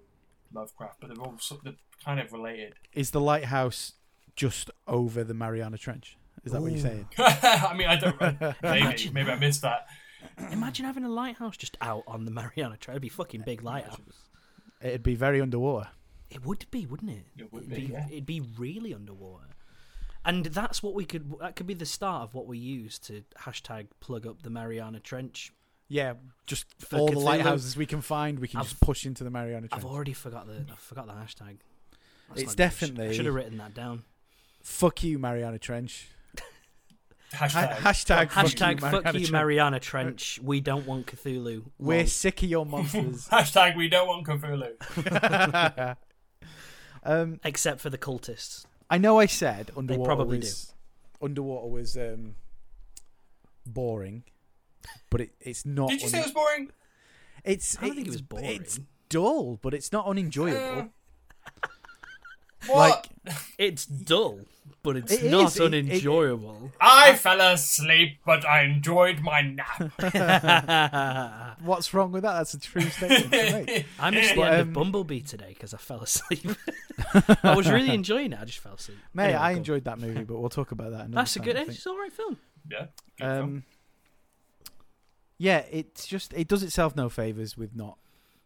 Speaker 2: Lovecraft, but they're all sort they're kind of related. [laughs]
Speaker 3: Is the lighthouse just over the Mariana Trench? Is that what you're
Speaker 1: Ooh.
Speaker 3: saying?
Speaker 2: I mean, I don't maybe
Speaker 1: Imagine
Speaker 2: maybe I missed that.
Speaker 1: Imagine having a lighthouse just out on the Mariana Trench. It'd be fucking big lighthouse.
Speaker 3: It'd be very underwater.
Speaker 1: It would be, wouldn't it?
Speaker 2: It would
Speaker 1: It'd
Speaker 2: be, yeah.
Speaker 1: It'd be really underwater. And that's what we could. That could be the start of what we use to hashtag plug up the Mariana Trench.
Speaker 3: Yeah, just
Speaker 1: For
Speaker 3: all the
Speaker 1: Cthulhu.
Speaker 3: lighthouses we can find, we can
Speaker 1: I've-
Speaker 3: just push into the Mariana Trench.
Speaker 1: I've already forgot the. I forgot the hashtag.
Speaker 3: It's
Speaker 1: not good. I
Speaker 3: definitely-
Speaker 1: should have written that down.
Speaker 3: Fuck you, Mariana Trench. Ha-
Speaker 2: Hashtag.
Speaker 3: hashtag fuck you,
Speaker 1: Hashtag
Speaker 3: Mariana
Speaker 1: fuck you,
Speaker 3: Trench.
Speaker 1: Mariana Trench. We don't want Cthulhu.
Speaker 3: We're
Speaker 1: Lol.
Speaker 3: sick of your monsters.
Speaker 1: [laughs]
Speaker 2: Hashtag we don't want Cthulhu.
Speaker 3: um,
Speaker 1: except for the cultists.
Speaker 3: I know I said underwater
Speaker 1: probably
Speaker 3: was underwater was um, boring, but it, it's not.
Speaker 2: Did you say
Speaker 3: un-
Speaker 2: it was boring?
Speaker 3: it's?
Speaker 1: I don't think it
Speaker 3: it's-
Speaker 1: was boring. Um,
Speaker 3: It's dull, but it's not unenjoyable.
Speaker 2: What?
Speaker 1: It's dull, but it's
Speaker 3: It
Speaker 1: not
Speaker 3: is, it- it-
Speaker 1: unenjoyable.
Speaker 2: I fell asleep, but I enjoyed my
Speaker 3: [laughs]
Speaker 2: nap.
Speaker 3: What's wrong with that? That's a true statement to
Speaker 1: [laughs]
Speaker 3: make.
Speaker 1: I missed the end
Speaker 3: um,
Speaker 1: of Bumblebee today because I fell asleep. [laughs] I was
Speaker 3: [laughs]
Speaker 1: really enjoying it. I just fell asleep.
Speaker 3: Mate,
Speaker 1: Anyway,
Speaker 3: I
Speaker 1: go on.
Speaker 3: enjoyed that movie, but we'll talk about that. Another
Speaker 1: That's a
Speaker 3: time,
Speaker 1: good.
Speaker 3: I
Speaker 1: It's all right film.
Speaker 2: yeah.
Speaker 3: think. Um, yeah, it's just it does itself no favors with not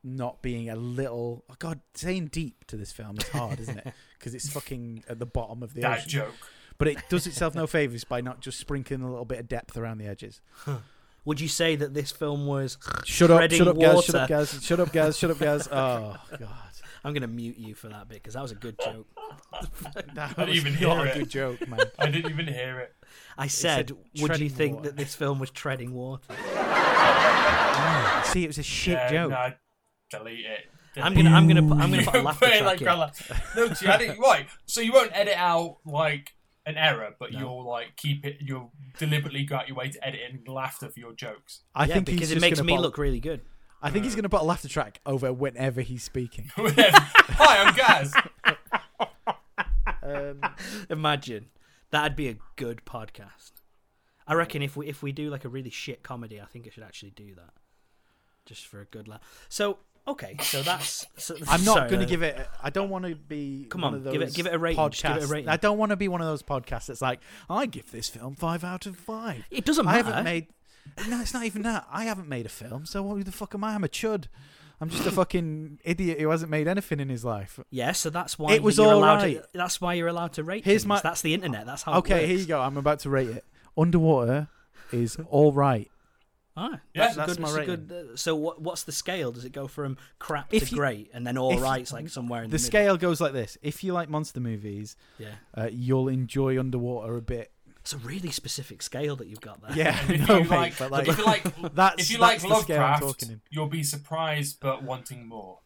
Speaker 3: not being a little. Oh God, saying deep to this film is hard,
Speaker 1: [laughs]
Speaker 3: isn't it? Because it's fucking at the bottom of the
Speaker 2: that
Speaker 3: ocean.
Speaker 2: joke.
Speaker 3: but it does itself no favors by not just sprinkling a little bit of depth around the edges.
Speaker 1: Would you say that this film was?
Speaker 3: Shut up,
Speaker 1: Treading
Speaker 3: shut up, guys, shut
Speaker 1: water.
Speaker 3: up, guys, shut up, guys, shut
Speaker 1: [laughs]
Speaker 3: up, guys. Oh God,
Speaker 1: I'm going to mute you for that bit because that was a good joke.
Speaker 3: that
Speaker 2: Not
Speaker 3: was
Speaker 2: even
Speaker 3: not
Speaker 2: hear
Speaker 3: a
Speaker 2: it.
Speaker 3: good joke, man.
Speaker 2: I didn't even hear it.
Speaker 1: I said, "Would you
Speaker 3: treading
Speaker 1: think
Speaker 3: water.
Speaker 1: that this film was treading water?"
Speaker 3: See, it was a shit
Speaker 2: Yeah,
Speaker 3: joke.
Speaker 2: Nah, delete it.
Speaker 1: I'm gonna, I'm gonna, put, I'm
Speaker 2: [laughs]
Speaker 1: gonna
Speaker 2: You
Speaker 1: put a
Speaker 2: put
Speaker 1: laughter
Speaker 2: it
Speaker 1: track
Speaker 2: like
Speaker 1: in.
Speaker 2: grandma. No, see, I didn't- right. So you won't edit out like an error, but you'll like keep it. You'll deliberately go out your way to edit in laughter for your
Speaker 3: [laughs]
Speaker 2: jokes. [laughs]
Speaker 3: I
Speaker 1: Yeah,
Speaker 3: think he's
Speaker 1: because it
Speaker 3: just
Speaker 1: makes
Speaker 3: gonna
Speaker 1: me
Speaker 3: bottle-
Speaker 1: look really good.
Speaker 3: I think he's going to put a laughter track over whenever he's
Speaker 1: [laughs]
Speaker 3: speaking.
Speaker 2: Hi, I'm
Speaker 3: [laughs]
Speaker 2: Gaz.
Speaker 1: Imagine that'd be a good podcast. I reckon if we if we do like a really shit comedy, I think I should actually do that, just for a good laugh. So okay, so that's. So,
Speaker 3: [laughs] I'm not
Speaker 1: sorry,
Speaker 3: going to
Speaker 1: uh,
Speaker 3: give it. I don't want to be.
Speaker 1: Come
Speaker 3: one
Speaker 1: on,
Speaker 3: of those
Speaker 1: give it- give it a rating, just give it a
Speaker 3: podcasts-
Speaker 1: rating.
Speaker 3: I don't want to be one of those podcasts that's like, I give this film five out of five.
Speaker 1: It doesn't
Speaker 3: I
Speaker 1: matter.
Speaker 3: haven't made. No, it's not even that. I haven't made a film, so who the fuck am I? I'm a chud. I'm
Speaker 1: [laughs]
Speaker 3: just a fucking idiot who hasn't made anything in his life.
Speaker 1: Yeah, so that's why
Speaker 3: It was
Speaker 1: you're
Speaker 3: all
Speaker 1: allowed
Speaker 3: right.
Speaker 1: to, That's why you're allowed to rate.
Speaker 3: Here's
Speaker 1: things.
Speaker 3: my-
Speaker 1: That's the internet. That's how.
Speaker 3: Okay,
Speaker 1: it Oh, works.
Speaker 3: here you go. I'm about to rate it. Underwater is all right.
Speaker 1: Ah,
Speaker 2: Yeah,
Speaker 1: that's, a
Speaker 3: that's
Speaker 1: good,
Speaker 3: my
Speaker 1: that's a
Speaker 3: rating.
Speaker 1: good- uh, so what? What's the scale? Does it go from crap
Speaker 3: If
Speaker 1: to
Speaker 3: you-
Speaker 1: great, and then all
Speaker 3: if you-
Speaker 1: right's like somewhere in the,
Speaker 3: The scale goes like this: If you like monster movies,
Speaker 1: Middle? Yeah,
Speaker 3: uh, you'll enjoy Underwater a bit.
Speaker 1: it's a really specific scale that you've got there.
Speaker 3: Yeah,
Speaker 2: If you
Speaker 3: [laughs] no, mate,
Speaker 2: like,
Speaker 3: but like,
Speaker 2: if you like,
Speaker 3: [laughs] that's
Speaker 2: if you
Speaker 3: that's
Speaker 2: like
Speaker 3: the scale I'm
Speaker 2: Lovecraft,
Speaker 3: talking in.
Speaker 2: you'll be surprised but wanting more.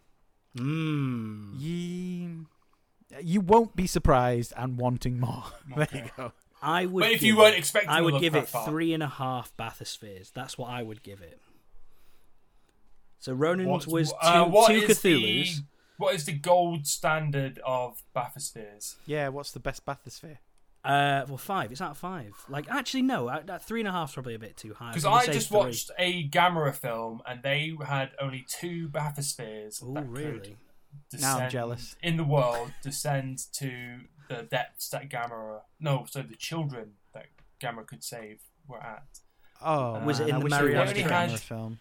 Speaker 1: Mm.
Speaker 3: Ye- You won't be surprised and wanting more. [laughs] There you go.
Speaker 1: I would.
Speaker 2: But if
Speaker 1: give
Speaker 2: you weren't
Speaker 1: it-
Speaker 2: expecting
Speaker 1: I
Speaker 2: the
Speaker 1: would give it
Speaker 2: Lovecraft part.
Speaker 1: three and a half bathyspheres. That's what I would give it. So Ronin's
Speaker 2: What-
Speaker 1: was two,
Speaker 2: uh, what
Speaker 1: two
Speaker 2: is the-
Speaker 1: Cthulhu's.
Speaker 2: what is the gold standard of bathyspheres?
Speaker 3: Yeah, what's the best bathysphere?
Speaker 1: Uh, well, five. It's out of five. Like, actually, no. I, that three and a half's probably a bit too high.
Speaker 2: Because
Speaker 1: I'm gonna
Speaker 2: I
Speaker 1: say
Speaker 2: just
Speaker 1: three.
Speaker 2: watched a Gamera film and they had only two bathyspheres.
Speaker 1: Oh,
Speaker 2: that could
Speaker 1: really?
Speaker 3: Now I'm
Speaker 2: descend
Speaker 3: jealous.
Speaker 2: In the world, descend to the depths that Gamera. No, so the children that Gamera could save were at.
Speaker 3: Oh,
Speaker 1: Was it
Speaker 3: man,
Speaker 1: in
Speaker 3: I
Speaker 1: the
Speaker 3: wish we
Speaker 1: Mariana
Speaker 3: watched a
Speaker 1: Trench?
Speaker 3: Gamera film?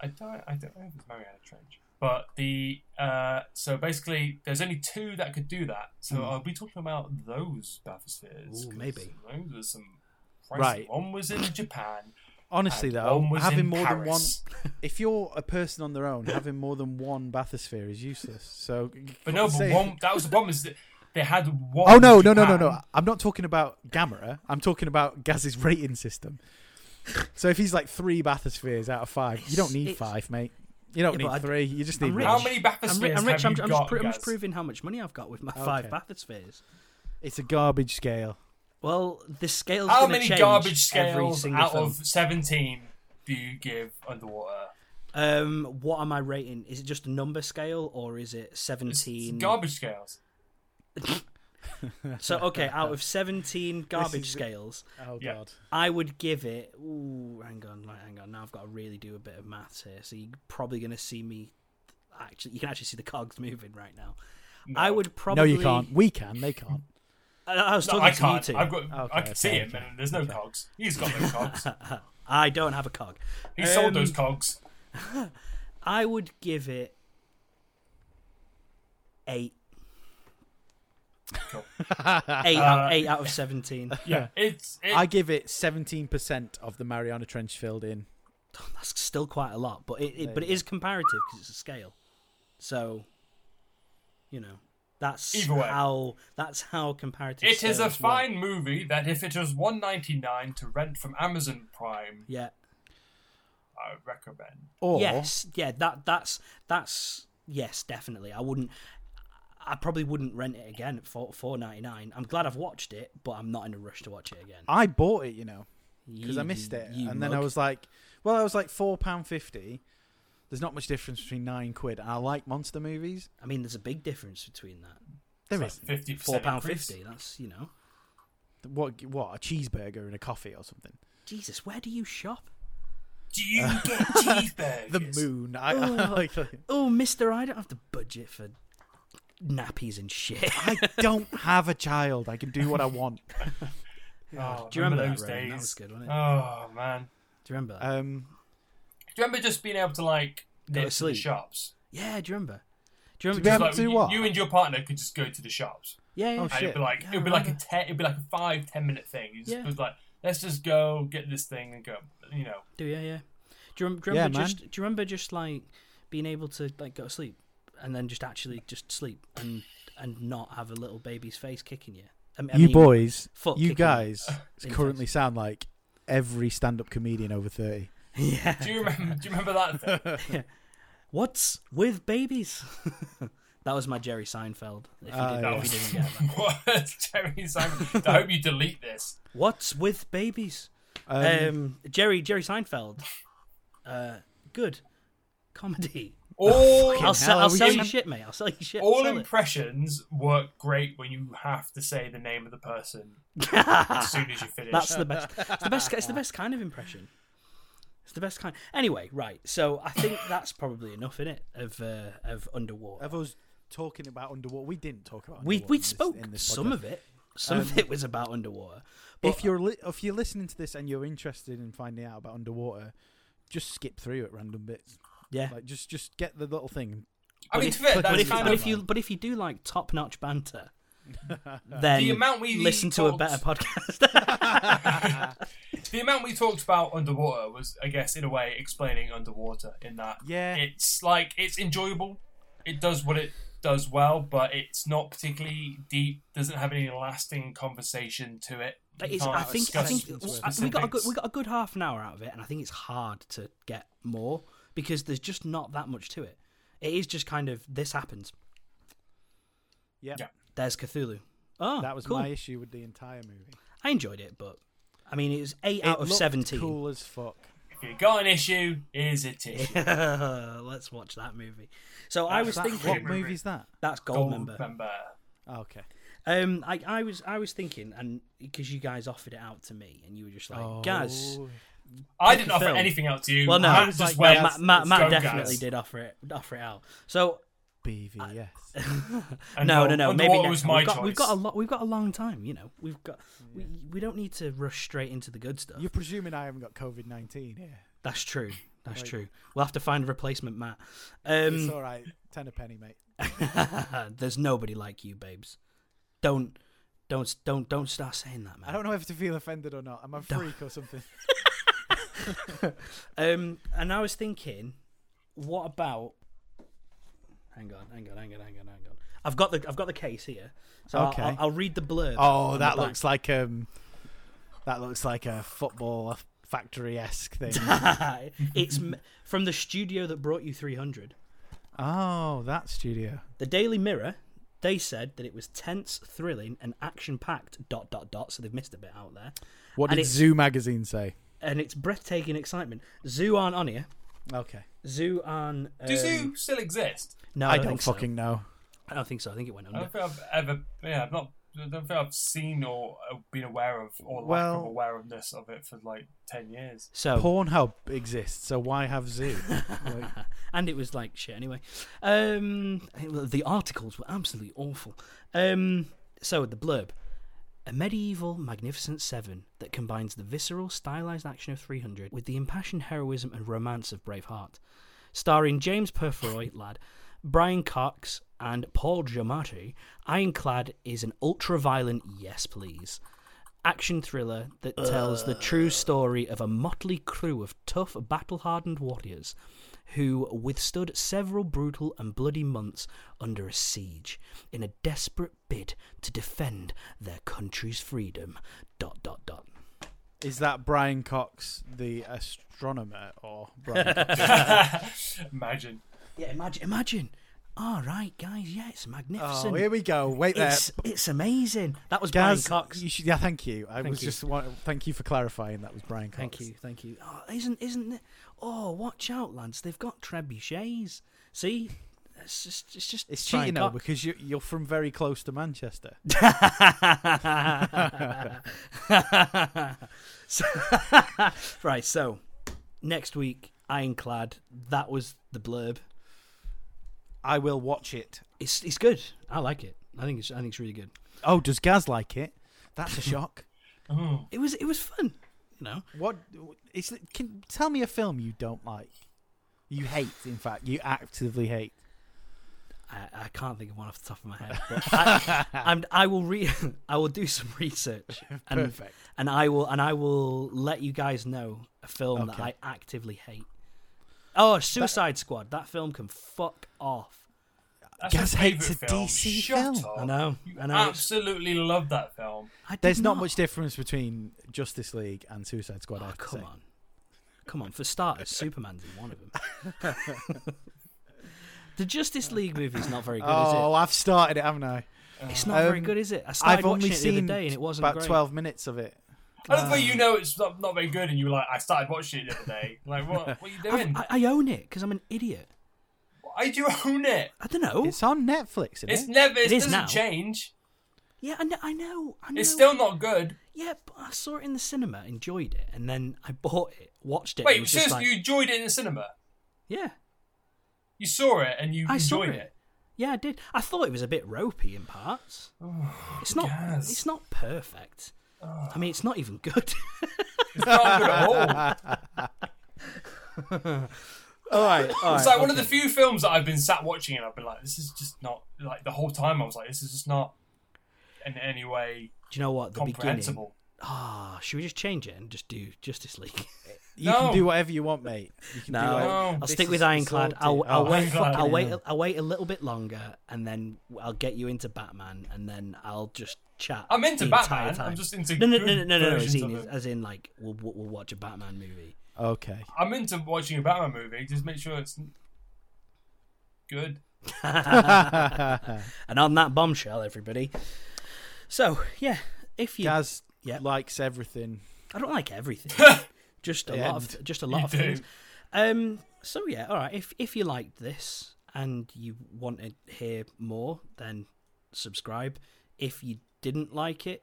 Speaker 2: I don't. I don't know if it's Mariana Trench. But the uh, so basically, there's only two that could do that. So are we talking about those bathyspheres?
Speaker 1: Hmm. Ooh,
Speaker 2: 'Cause
Speaker 1: maybe.
Speaker 2: those are some. pricey-
Speaker 3: Right.
Speaker 1: [laughs]
Speaker 2: One was in Japan.
Speaker 3: honestly
Speaker 2: And
Speaker 3: though,
Speaker 2: one was
Speaker 3: having
Speaker 2: in
Speaker 3: more than one,
Speaker 2: Paris.
Speaker 3: [laughs] if you're a person on their own, having more than one bathysphere is useless. So,
Speaker 2: But no, but
Speaker 3: say-
Speaker 2: one. That was the problem. Is that they had one.
Speaker 3: Oh
Speaker 2: in
Speaker 3: no, no, no, no,
Speaker 2: Japan.
Speaker 3: no! I'm not talking about Gamera. I'm talking about Gaz's rating system. So if he's like three bathyspheres out of five, you don't need
Speaker 1: It's-
Speaker 3: five, mate. You don't
Speaker 1: Yeah,
Speaker 3: need
Speaker 1: but I-
Speaker 3: three. You just
Speaker 1: I'm
Speaker 3: need
Speaker 1: rich.
Speaker 2: How
Speaker 3: one.
Speaker 2: many
Speaker 1: I'm,
Speaker 2: bathyspheres
Speaker 1: ri- I'm
Speaker 2: have
Speaker 1: rich.
Speaker 2: you
Speaker 1: I'm, I'm
Speaker 2: got,
Speaker 1: just pretty much
Speaker 2: guys?
Speaker 1: proving how much money I've got with my
Speaker 3: Okay.
Speaker 1: five bathyspheres.
Speaker 3: It's a garbage scale.
Speaker 1: Well, the scale's
Speaker 2: How
Speaker 1: gonna
Speaker 2: many
Speaker 1: change
Speaker 2: garbage
Speaker 1: every
Speaker 2: scales
Speaker 1: single
Speaker 2: out
Speaker 1: film.
Speaker 2: of seventeen do you give underwater?
Speaker 1: Um, what am I rating? Is it just a number scale or is it
Speaker 2: It's
Speaker 1: seventeen?
Speaker 2: garbage scales. [laughs]
Speaker 1: So okay, out of seventeen garbage
Speaker 3: is-
Speaker 1: scales,
Speaker 3: Oh
Speaker 2: Yeah.
Speaker 3: god.
Speaker 1: I would give it. Ooh, hang on, right, hang on. Now I've got to really do a bit of maths here. So you're probably going to see me. Actually, you can actually see the cogs moving right now. I would probably.
Speaker 3: No, you can't. We can.
Speaker 1: [laughs]
Speaker 3: They can't.
Speaker 1: I, I was
Speaker 2: No,
Speaker 1: talking
Speaker 2: I
Speaker 1: to
Speaker 2: can't.
Speaker 1: you 2
Speaker 2: I've got.
Speaker 3: Okay,
Speaker 2: I can
Speaker 3: okay,
Speaker 2: see him,
Speaker 3: okay,
Speaker 2: and there's no cogs. He's got no [laughs] cogs.
Speaker 1: I don't have a cog.
Speaker 2: He sold
Speaker 1: Um,
Speaker 2: those cogs.
Speaker 1: I would give it eight.
Speaker 2: Cool. Uh,
Speaker 1: Eight, out, eight out of seventeen.
Speaker 2: Yeah, it's. It,
Speaker 3: [laughs] I give it 17% of the Mariana Trench filled in.
Speaker 1: That's still quite a lot, but it, it but
Speaker 3: you
Speaker 1: it is comparative because it's a scale. So, you know, that's
Speaker 2: Either way.
Speaker 1: how that's how comparative.
Speaker 2: It is a
Speaker 1: scales work.
Speaker 2: fine movie that if it was one ninety nine to rent from Amazon Prime,
Speaker 1: Yeah.
Speaker 2: I would recommend.
Speaker 3: Or
Speaker 1: Yes. Yeah. That that's that's yes, definitely. I wouldn't. I probably wouldn't rent it again at four four ninety nine. I'm glad I've watched it, but I'm not in a rush to watch it again.
Speaker 3: I bought it, you know, because I
Speaker 1: You-
Speaker 3: missed it.
Speaker 1: you
Speaker 3: and then I
Speaker 1: mug.
Speaker 3: was like, well, I was like £4.50. There's not much difference between nine quid. And I like monster movies.
Speaker 1: I mean, there's a big difference between that.
Speaker 3: There
Speaker 2: Like
Speaker 3: is
Speaker 2: fifty
Speaker 1: Four pound fifty. That's you know.
Speaker 3: what what a cheeseburger and a coffee or something.
Speaker 1: Jesus, where do you shop?
Speaker 2: Do you [laughs] get cheeseburgers?
Speaker 3: The moon. I, [laughs] I like. like-
Speaker 1: Oh, Mister, I don't have the budget for nappies and shit.
Speaker 3: I don't have a child. I can do what I want.
Speaker 2: Oh,
Speaker 1: do you remember,
Speaker 2: those
Speaker 1: that? Rowan?
Speaker 2: days?
Speaker 1: That was good, wasn't it?
Speaker 2: Oh man,
Speaker 1: do you remember that?
Speaker 3: Um,
Speaker 2: do you remember just being able to like
Speaker 1: Go
Speaker 2: nip
Speaker 1: to
Speaker 2: to the
Speaker 1: sleep.
Speaker 2: shops?
Speaker 1: yeah, do you remember? Do you
Speaker 3: Do
Speaker 1: remember?
Speaker 3: we
Speaker 1: just
Speaker 3: have-
Speaker 1: like-
Speaker 2: Like,
Speaker 3: do
Speaker 2: you,
Speaker 3: what?
Speaker 2: you and your partner could just go to the shops.
Speaker 1: yeah, yeah.
Speaker 3: Oh,
Speaker 2: And it'd be
Speaker 3: Shit.
Speaker 2: like
Speaker 1: Yeah,
Speaker 2: it'd
Speaker 1: I
Speaker 2: be like a
Speaker 1: remember.
Speaker 2: ten, it'd be like a five ten minute thing. It
Speaker 1: Yeah.
Speaker 2: was like let's just go get this thing and go. You know,
Speaker 1: Do yeah, yeah. Do you, rem- do you
Speaker 3: Yeah,
Speaker 1: remember
Speaker 3: man.
Speaker 1: just? Do you remember just like being able to like go to sleep and then just actually just sleep and and not have a little baby's face kicking you? I mean, I
Speaker 3: you
Speaker 1: mean,
Speaker 3: boys,
Speaker 1: foot
Speaker 3: you
Speaker 1: kicking. [laughs]
Speaker 3: guys
Speaker 1: In
Speaker 3: currently sound like every stand-up comedian over thirty.
Speaker 1: [laughs] Yeah.
Speaker 2: do you remember? do you remember that? Thing?
Speaker 3: [laughs]
Speaker 1: What's with babies? [laughs] that was my Jerry Seinfeld. If you,
Speaker 3: Ah,
Speaker 1: didn't,
Speaker 2: yeah.
Speaker 1: if you didn't get that.
Speaker 2: [laughs] What? Jerry Simon. I hope you delete this.
Speaker 1: What's with babies?
Speaker 3: Um,
Speaker 1: Um, Jerry Jerry Seinfeld. Uh, good comedy.
Speaker 2: All,
Speaker 1: I'll, sell,
Speaker 3: hell,
Speaker 1: I'll
Speaker 3: are we
Speaker 1: sell
Speaker 2: gonna-
Speaker 1: you shit, mate. I'll sell you shit.
Speaker 2: all
Speaker 1: Sell it.
Speaker 2: impressions work great when you have to say the name of the person as soon as you finish.
Speaker 1: Ah. [laughs] That's the best. It's the best. It's the best kind of impression. It's the best kind. Anyway, right. So I think that's probably enough in it of uh, of underwater.
Speaker 3: of us talking about underwater, we didn't talk about.
Speaker 1: We
Speaker 3: underwater
Speaker 1: we
Speaker 3: in this-
Speaker 1: spoke
Speaker 3: in this
Speaker 1: some
Speaker 3: podcast. Um,
Speaker 1: of it. Some of it was about underwater. But
Speaker 3: If you're li- if you're listening to this and you're interested in finding out about underwater, just skip through at random bits.
Speaker 1: yeah,
Speaker 3: Like just just get the little thing.
Speaker 2: I mean,
Speaker 1: if-
Speaker 2: to be fair,
Speaker 3: but
Speaker 1: but
Speaker 2: that's
Speaker 1: if,
Speaker 2: kind
Speaker 1: but
Speaker 2: of
Speaker 1: if you but if you do like top notch
Speaker 3: [laughs]
Speaker 1: banter, then
Speaker 2: The amount we
Speaker 1: listen to a
Speaker 2: talked-
Speaker 1: better podcast.
Speaker 2: the amount we talked about underwater was, I guess, in a way, explaining underwater. In that,
Speaker 3: Yeah.
Speaker 2: it's like it's enjoyable. It does what it does well, but it's not particularly deep. Doesn't have any lasting conversation to it. You
Speaker 1: It's,
Speaker 2: can't
Speaker 1: I think I
Speaker 2: discuss
Speaker 1: think
Speaker 3: it's
Speaker 1: I- we got a good
Speaker 2: specifics.
Speaker 1: we got a good half an hour out of it, and I think it's hard to get more because there's just not that much to it. It is just kind of this happens.
Speaker 3: Yeah,
Speaker 2: Yeah.
Speaker 1: There's Cthulhu. Oh,
Speaker 3: that was
Speaker 1: cool.
Speaker 3: my issue with the entire movie.
Speaker 1: I enjoyed it, but I mean, it was eight
Speaker 3: It
Speaker 1: out of
Speaker 3: looked
Speaker 1: seventeen.
Speaker 3: Cool as fuck.
Speaker 2: If you got an issue, is it issue?
Speaker 1: [laughs] Let's watch that movie. So I was
Speaker 3: That-
Speaker 1: thinking
Speaker 3: what movie's that?
Speaker 1: that's
Speaker 2: Gold
Speaker 1: gold member.
Speaker 2: member.
Speaker 3: Oh, okay.
Speaker 1: Um, I, I was I was thinking, and because you guys offered it out to me, and you were just like, Gaz.
Speaker 3: Oh.
Speaker 2: I didn't offer
Speaker 1: film.
Speaker 2: anything out to you.
Speaker 1: Well, no,
Speaker 2: Matt
Speaker 1: I was
Speaker 2: just
Speaker 3: like,
Speaker 2: went,
Speaker 3: Gaz,
Speaker 1: Matt, Matt,
Speaker 2: "Let's
Speaker 1: Matt
Speaker 2: go,
Speaker 1: definitely
Speaker 2: Gaz."
Speaker 1: did offer it offer it out. So
Speaker 3: BVS.
Speaker 2: [laughs] And
Speaker 1: no, no, no. Maybe next
Speaker 2: Underwater was
Speaker 1: time.
Speaker 2: my
Speaker 1: we've, got, we've got a
Speaker 2: choice.
Speaker 1: lot. We've got a long time. You know, we've got. We, we don't need to rush straight into the good stuff.
Speaker 3: You're presuming I haven't got COVID nineteen here.
Speaker 1: That's true. That's true. We'll have to find a replacement, Matt. Um,
Speaker 3: It's all right. Ten a penny, mate.
Speaker 1: [laughs] There's nobody like you, babes. Don't, don't, don't, don't start saying that, man.
Speaker 3: [laughs] I don't know if to feel offended or not. Am I a freak or something?
Speaker 1: um, and I was thinking, what about? Hang on, hang on, hang on, hang on, hang on. I've got the I've got the case here, so I'll-
Speaker 3: Okay.
Speaker 1: I'll, I'll read the blurb. on
Speaker 3: Oh,
Speaker 1: the
Speaker 3: that
Speaker 1: back.
Speaker 3: looks like um, that looks like a football factory esque thing.
Speaker 1: [laughs] it's m- from the studio that brought you 300.
Speaker 3: [laughs] oh, that studio.
Speaker 1: The Daily Mirror, they said that it was tense, thrilling, and action packed. Dot dot dot. So they've missed a bit out there.
Speaker 3: What
Speaker 1: And
Speaker 3: did
Speaker 1: it-
Speaker 3: Zoo magazine say?
Speaker 1: And it's breathtaking excitement. Zoo aren't on here.
Speaker 3: Okay,
Speaker 1: Zoo aren't. Um,
Speaker 2: Do Zoo still exist?
Speaker 1: No,
Speaker 3: I,
Speaker 1: I,
Speaker 3: don't,
Speaker 1: think so.
Speaker 3: fucking know.
Speaker 1: I don't think so. I think it went
Speaker 2: I
Speaker 1: under.
Speaker 2: don't think I've ever. Yeah, I've not. I don't think I've seen or uh, been aware of or lack
Speaker 3: Well-
Speaker 2: of awareness of it for like ten
Speaker 1: [laughs]
Speaker 2: years. [laughs]
Speaker 1: So
Speaker 3: Pornhub exists, so why
Speaker 1: [laughs]
Speaker 3: have Zoo? Like,
Speaker 1: and it was like shit anyway. Um, it- well, the articles were absolutely awful. Um, so the blurb: a medieval magnificent seven that combines the visceral, stylized action of 300 with the impassioned heroism and romance of Braveheart, starring James Purfoy, [laughs] lad, Brian Cox, and Paul Giamatti. Ironclad is an ultra-violent yes, please. Action thriller that tells the
Speaker 3: Uh.
Speaker 1: true story of a motley crew of tough, battle hardened warriors who withstood several brutal and bloody months under a siege in a desperate bid to defend their country's freedom. Dot dot dot.
Speaker 3: is that Brian Cox, the astronomer, or
Speaker 1: [laughs]
Speaker 3: Brian Cox?
Speaker 2: Imagine.
Speaker 1: Yeah, imagine, imagine. All right, guys. Yeah, it's magnificent.
Speaker 3: Oh, here we go. Wait there.
Speaker 1: it's it's amazing. That was
Speaker 3: Gaz,
Speaker 1: Brian Cox.
Speaker 3: You should, yeah, thank you. I
Speaker 1: Thank
Speaker 3: was
Speaker 1: you.
Speaker 3: just wa- thank you for clarifying. That was Brian Cox.
Speaker 1: Thank you, thank you. Oh, isn't isn't it? Oh, watch out, lads! They've got trebuchets. See, it's just it's just
Speaker 3: It's
Speaker 1: Brian
Speaker 3: cheating though
Speaker 1: [laughs] Cox.
Speaker 3: because you, you're from very close to Manchester.
Speaker 1: So- right, so next week, Ironclad. That was the blurb.
Speaker 3: I will watch it.
Speaker 1: It's it's good. I like it. I think it's I think it's really good.
Speaker 3: Oh, does Gaz like it? That's a shock.
Speaker 2: Oh,
Speaker 1: It was it was fun. You know,
Speaker 3: [laughs] what? It's, can tell me a film you don't like. You hate, in fact, you actively hate.
Speaker 1: I, I can't think of one off the top of my
Speaker 3: [laughs]
Speaker 1: head. But I, I'm, I will re [laughs] I will do some
Speaker 3: [laughs]
Speaker 1: research and
Speaker 3: Perfect.
Speaker 1: and I will and I will let you guys know a film that
Speaker 3: Okay.
Speaker 1: I actively hate. Oh, Suicide Squad. That film can fuck off.
Speaker 2: that's your
Speaker 3: Gaz hates
Speaker 2: favourite
Speaker 3: a
Speaker 2: film.
Speaker 3: DC
Speaker 2: Shut
Speaker 3: film.
Speaker 2: Up.
Speaker 1: I know.
Speaker 2: You
Speaker 1: I know. it's-
Speaker 2: absolutely love that film.
Speaker 1: I did
Speaker 3: There's not much difference between Justice League and Suicide Squad. I
Speaker 1: Oh,
Speaker 3: have to
Speaker 1: come
Speaker 3: say.
Speaker 1: on. Come on. For
Speaker 3: [laughs]
Speaker 1: starters, Superman's in one of them. the Justice League movie's not very good,
Speaker 3: Oh, I've started it, haven't I?
Speaker 1: is it? It's not very
Speaker 3: Um,
Speaker 1: good, is it? I started
Speaker 3: I've
Speaker 1: watching
Speaker 3: only
Speaker 1: it the
Speaker 3: seen
Speaker 1: other day and it wasn't
Speaker 3: about
Speaker 1: great.
Speaker 3: 12 minutes of it.
Speaker 2: I love how
Speaker 1: Um,
Speaker 2: you know it's not, not very good, and you were like, I started watching it the
Speaker 1: [laughs]
Speaker 2: other day. Like, what? What are you doing?
Speaker 1: I've- I, I own it because I'm an idiot.
Speaker 2: Why do you own it?
Speaker 1: I don't know.
Speaker 3: It's on Netflix, isn't
Speaker 2: It's
Speaker 3: it?
Speaker 2: never. It,
Speaker 1: It is
Speaker 2: doesn't
Speaker 1: now.
Speaker 2: change.
Speaker 1: Yeah, I know. I know. I know.
Speaker 2: It's still not good.
Speaker 1: Yeah, but I saw it in the cinema, enjoyed it, and then I bought it, watched it. and
Speaker 2: Wait,
Speaker 1: was just
Speaker 2: seriously,
Speaker 1: like,
Speaker 2: you enjoyed it in the cinema.
Speaker 1: yeah,
Speaker 2: You saw it and you
Speaker 1: I saw
Speaker 2: enjoyed
Speaker 1: it.
Speaker 2: it.
Speaker 1: Yeah, I did. I thought it was a bit ropey in parts. it's not.
Speaker 2: Oh, Gaz.
Speaker 1: It's not perfect. I mean, it's not even good. [laughs]
Speaker 2: It's not good at all.
Speaker 3: All right,
Speaker 1: [laughs]
Speaker 3: all
Speaker 2: It's
Speaker 3: right.
Speaker 2: like one of the few films that I've been sat watching and I've been like, this is just not like the whole time. I was like, this is just not in any way
Speaker 1: Do you know what? The beginning.
Speaker 2: comprehensible.
Speaker 1: Ah, should we just change it and just do Justice League? [laughs]
Speaker 3: You
Speaker 2: No.
Speaker 3: can do whatever you want, mate. You can do
Speaker 1: no,
Speaker 3: whatever.
Speaker 2: No.
Speaker 1: I'll
Speaker 3: This
Speaker 1: stick
Speaker 3: is
Speaker 1: with Ironclad. I'll,
Speaker 3: salty.
Speaker 1: I'll
Speaker 3: Oh,
Speaker 1: wait.
Speaker 2: Ironclad.
Speaker 1: I'll wait.
Speaker 3: Fucking
Speaker 1: I'll wait a little bit longer, and then I'll get you into Batman, and then I'll just chat.
Speaker 2: I'm into
Speaker 1: the entire
Speaker 2: Batman.
Speaker 1: time.
Speaker 2: I'm just into
Speaker 1: no, no,
Speaker 2: good
Speaker 1: no, no, no, no. As
Speaker 2: versions
Speaker 1: in,
Speaker 2: of it.
Speaker 1: as in, like we'll, we'll we'll watch a Batman movie.
Speaker 3: Okay.
Speaker 2: I'm into watching a Batman movie. Just make sure it's good.
Speaker 1: And on that bombshell, everybody. So yeah, if you,
Speaker 3: Gaz
Speaker 1: Yep.
Speaker 3: likes everything.
Speaker 1: I don't like
Speaker 3: [laughs]
Speaker 1: everything. just a
Speaker 3: The
Speaker 1: lot of
Speaker 3: end.
Speaker 1: just a lot
Speaker 2: You
Speaker 1: of things.
Speaker 2: do.
Speaker 1: Um. So yeah, all right. If if you liked this and you want to hear more, then subscribe. If you didn't like it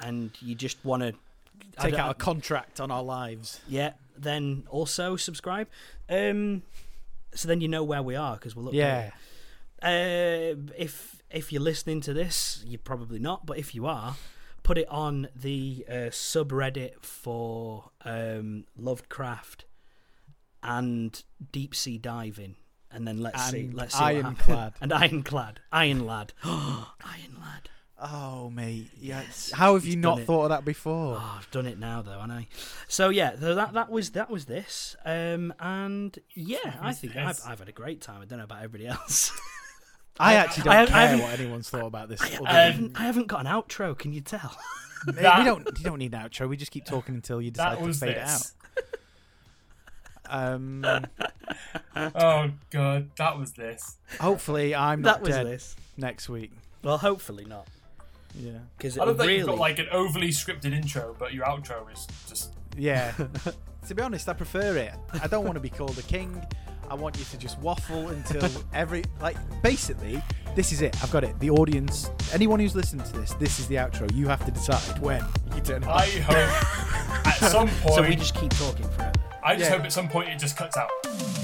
Speaker 1: and you just want to
Speaker 3: Take out a contract on our lives.
Speaker 1: yeah, then also subscribe. Um. So then you know where we are because we'll look.
Speaker 3: Yeah.
Speaker 1: Uh, if if you're listening to this, you're probably not, but if you are, put it on the uh, subreddit for um, Lovecraft and deep sea diving, and then let's see, [laughs]
Speaker 3: And
Speaker 1: let's see, what happens.
Speaker 3: Ironclad.
Speaker 1: and ironclad, [gasps] iron lad, iron lad.
Speaker 3: Oh mate, yeah.
Speaker 1: Yes,
Speaker 3: How have
Speaker 1: he's
Speaker 3: you
Speaker 1: done
Speaker 3: not
Speaker 1: it.
Speaker 3: thought of that before?
Speaker 1: Oh, I've done it now though, haven't I? So yeah, so that that was that was this, um, and yeah, I think I've,
Speaker 2: Yes.
Speaker 1: I've had a great time. I don't know about everybody [laughs] else.
Speaker 3: I actually don't
Speaker 1: I- I
Speaker 3: care
Speaker 1: haven't-
Speaker 3: what anyone's thought about this. other
Speaker 1: I,
Speaker 3: than-
Speaker 1: haven't, I haven't got an outro. Can you tell? [laughs]
Speaker 3: Mate,
Speaker 2: That-
Speaker 3: we don't. You don't need an outro. We just [laughs] keep talking until you decide
Speaker 2: That
Speaker 3: to
Speaker 2: was
Speaker 3: fade
Speaker 2: this.
Speaker 3: it out. Um, [laughs]
Speaker 1: [laughs]
Speaker 2: Oh god, that was this.
Speaker 3: hopefully, I'm
Speaker 1: that
Speaker 3: not
Speaker 1: was
Speaker 3: dead
Speaker 1: this.
Speaker 3: next week.
Speaker 1: Well, hopefully not,
Speaker 3: Yeah,
Speaker 1: because
Speaker 2: I
Speaker 1: it
Speaker 2: love that
Speaker 1: really.
Speaker 2: you've got like an overly scripted intro, but your outro is just
Speaker 3: yeah. to be honest, I prefer it. I don't want to be called a king. I want you to just waffle until every like. Basically, this is it. I've got it. The audience, anyone who's listening to this, this is the outro. You have to decide when you turn. it
Speaker 2: I
Speaker 3: off.
Speaker 2: hope at some point
Speaker 1: so we just keep talking forever.
Speaker 2: I just
Speaker 3: yeah.
Speaker 2: hope at some point it just cuts out.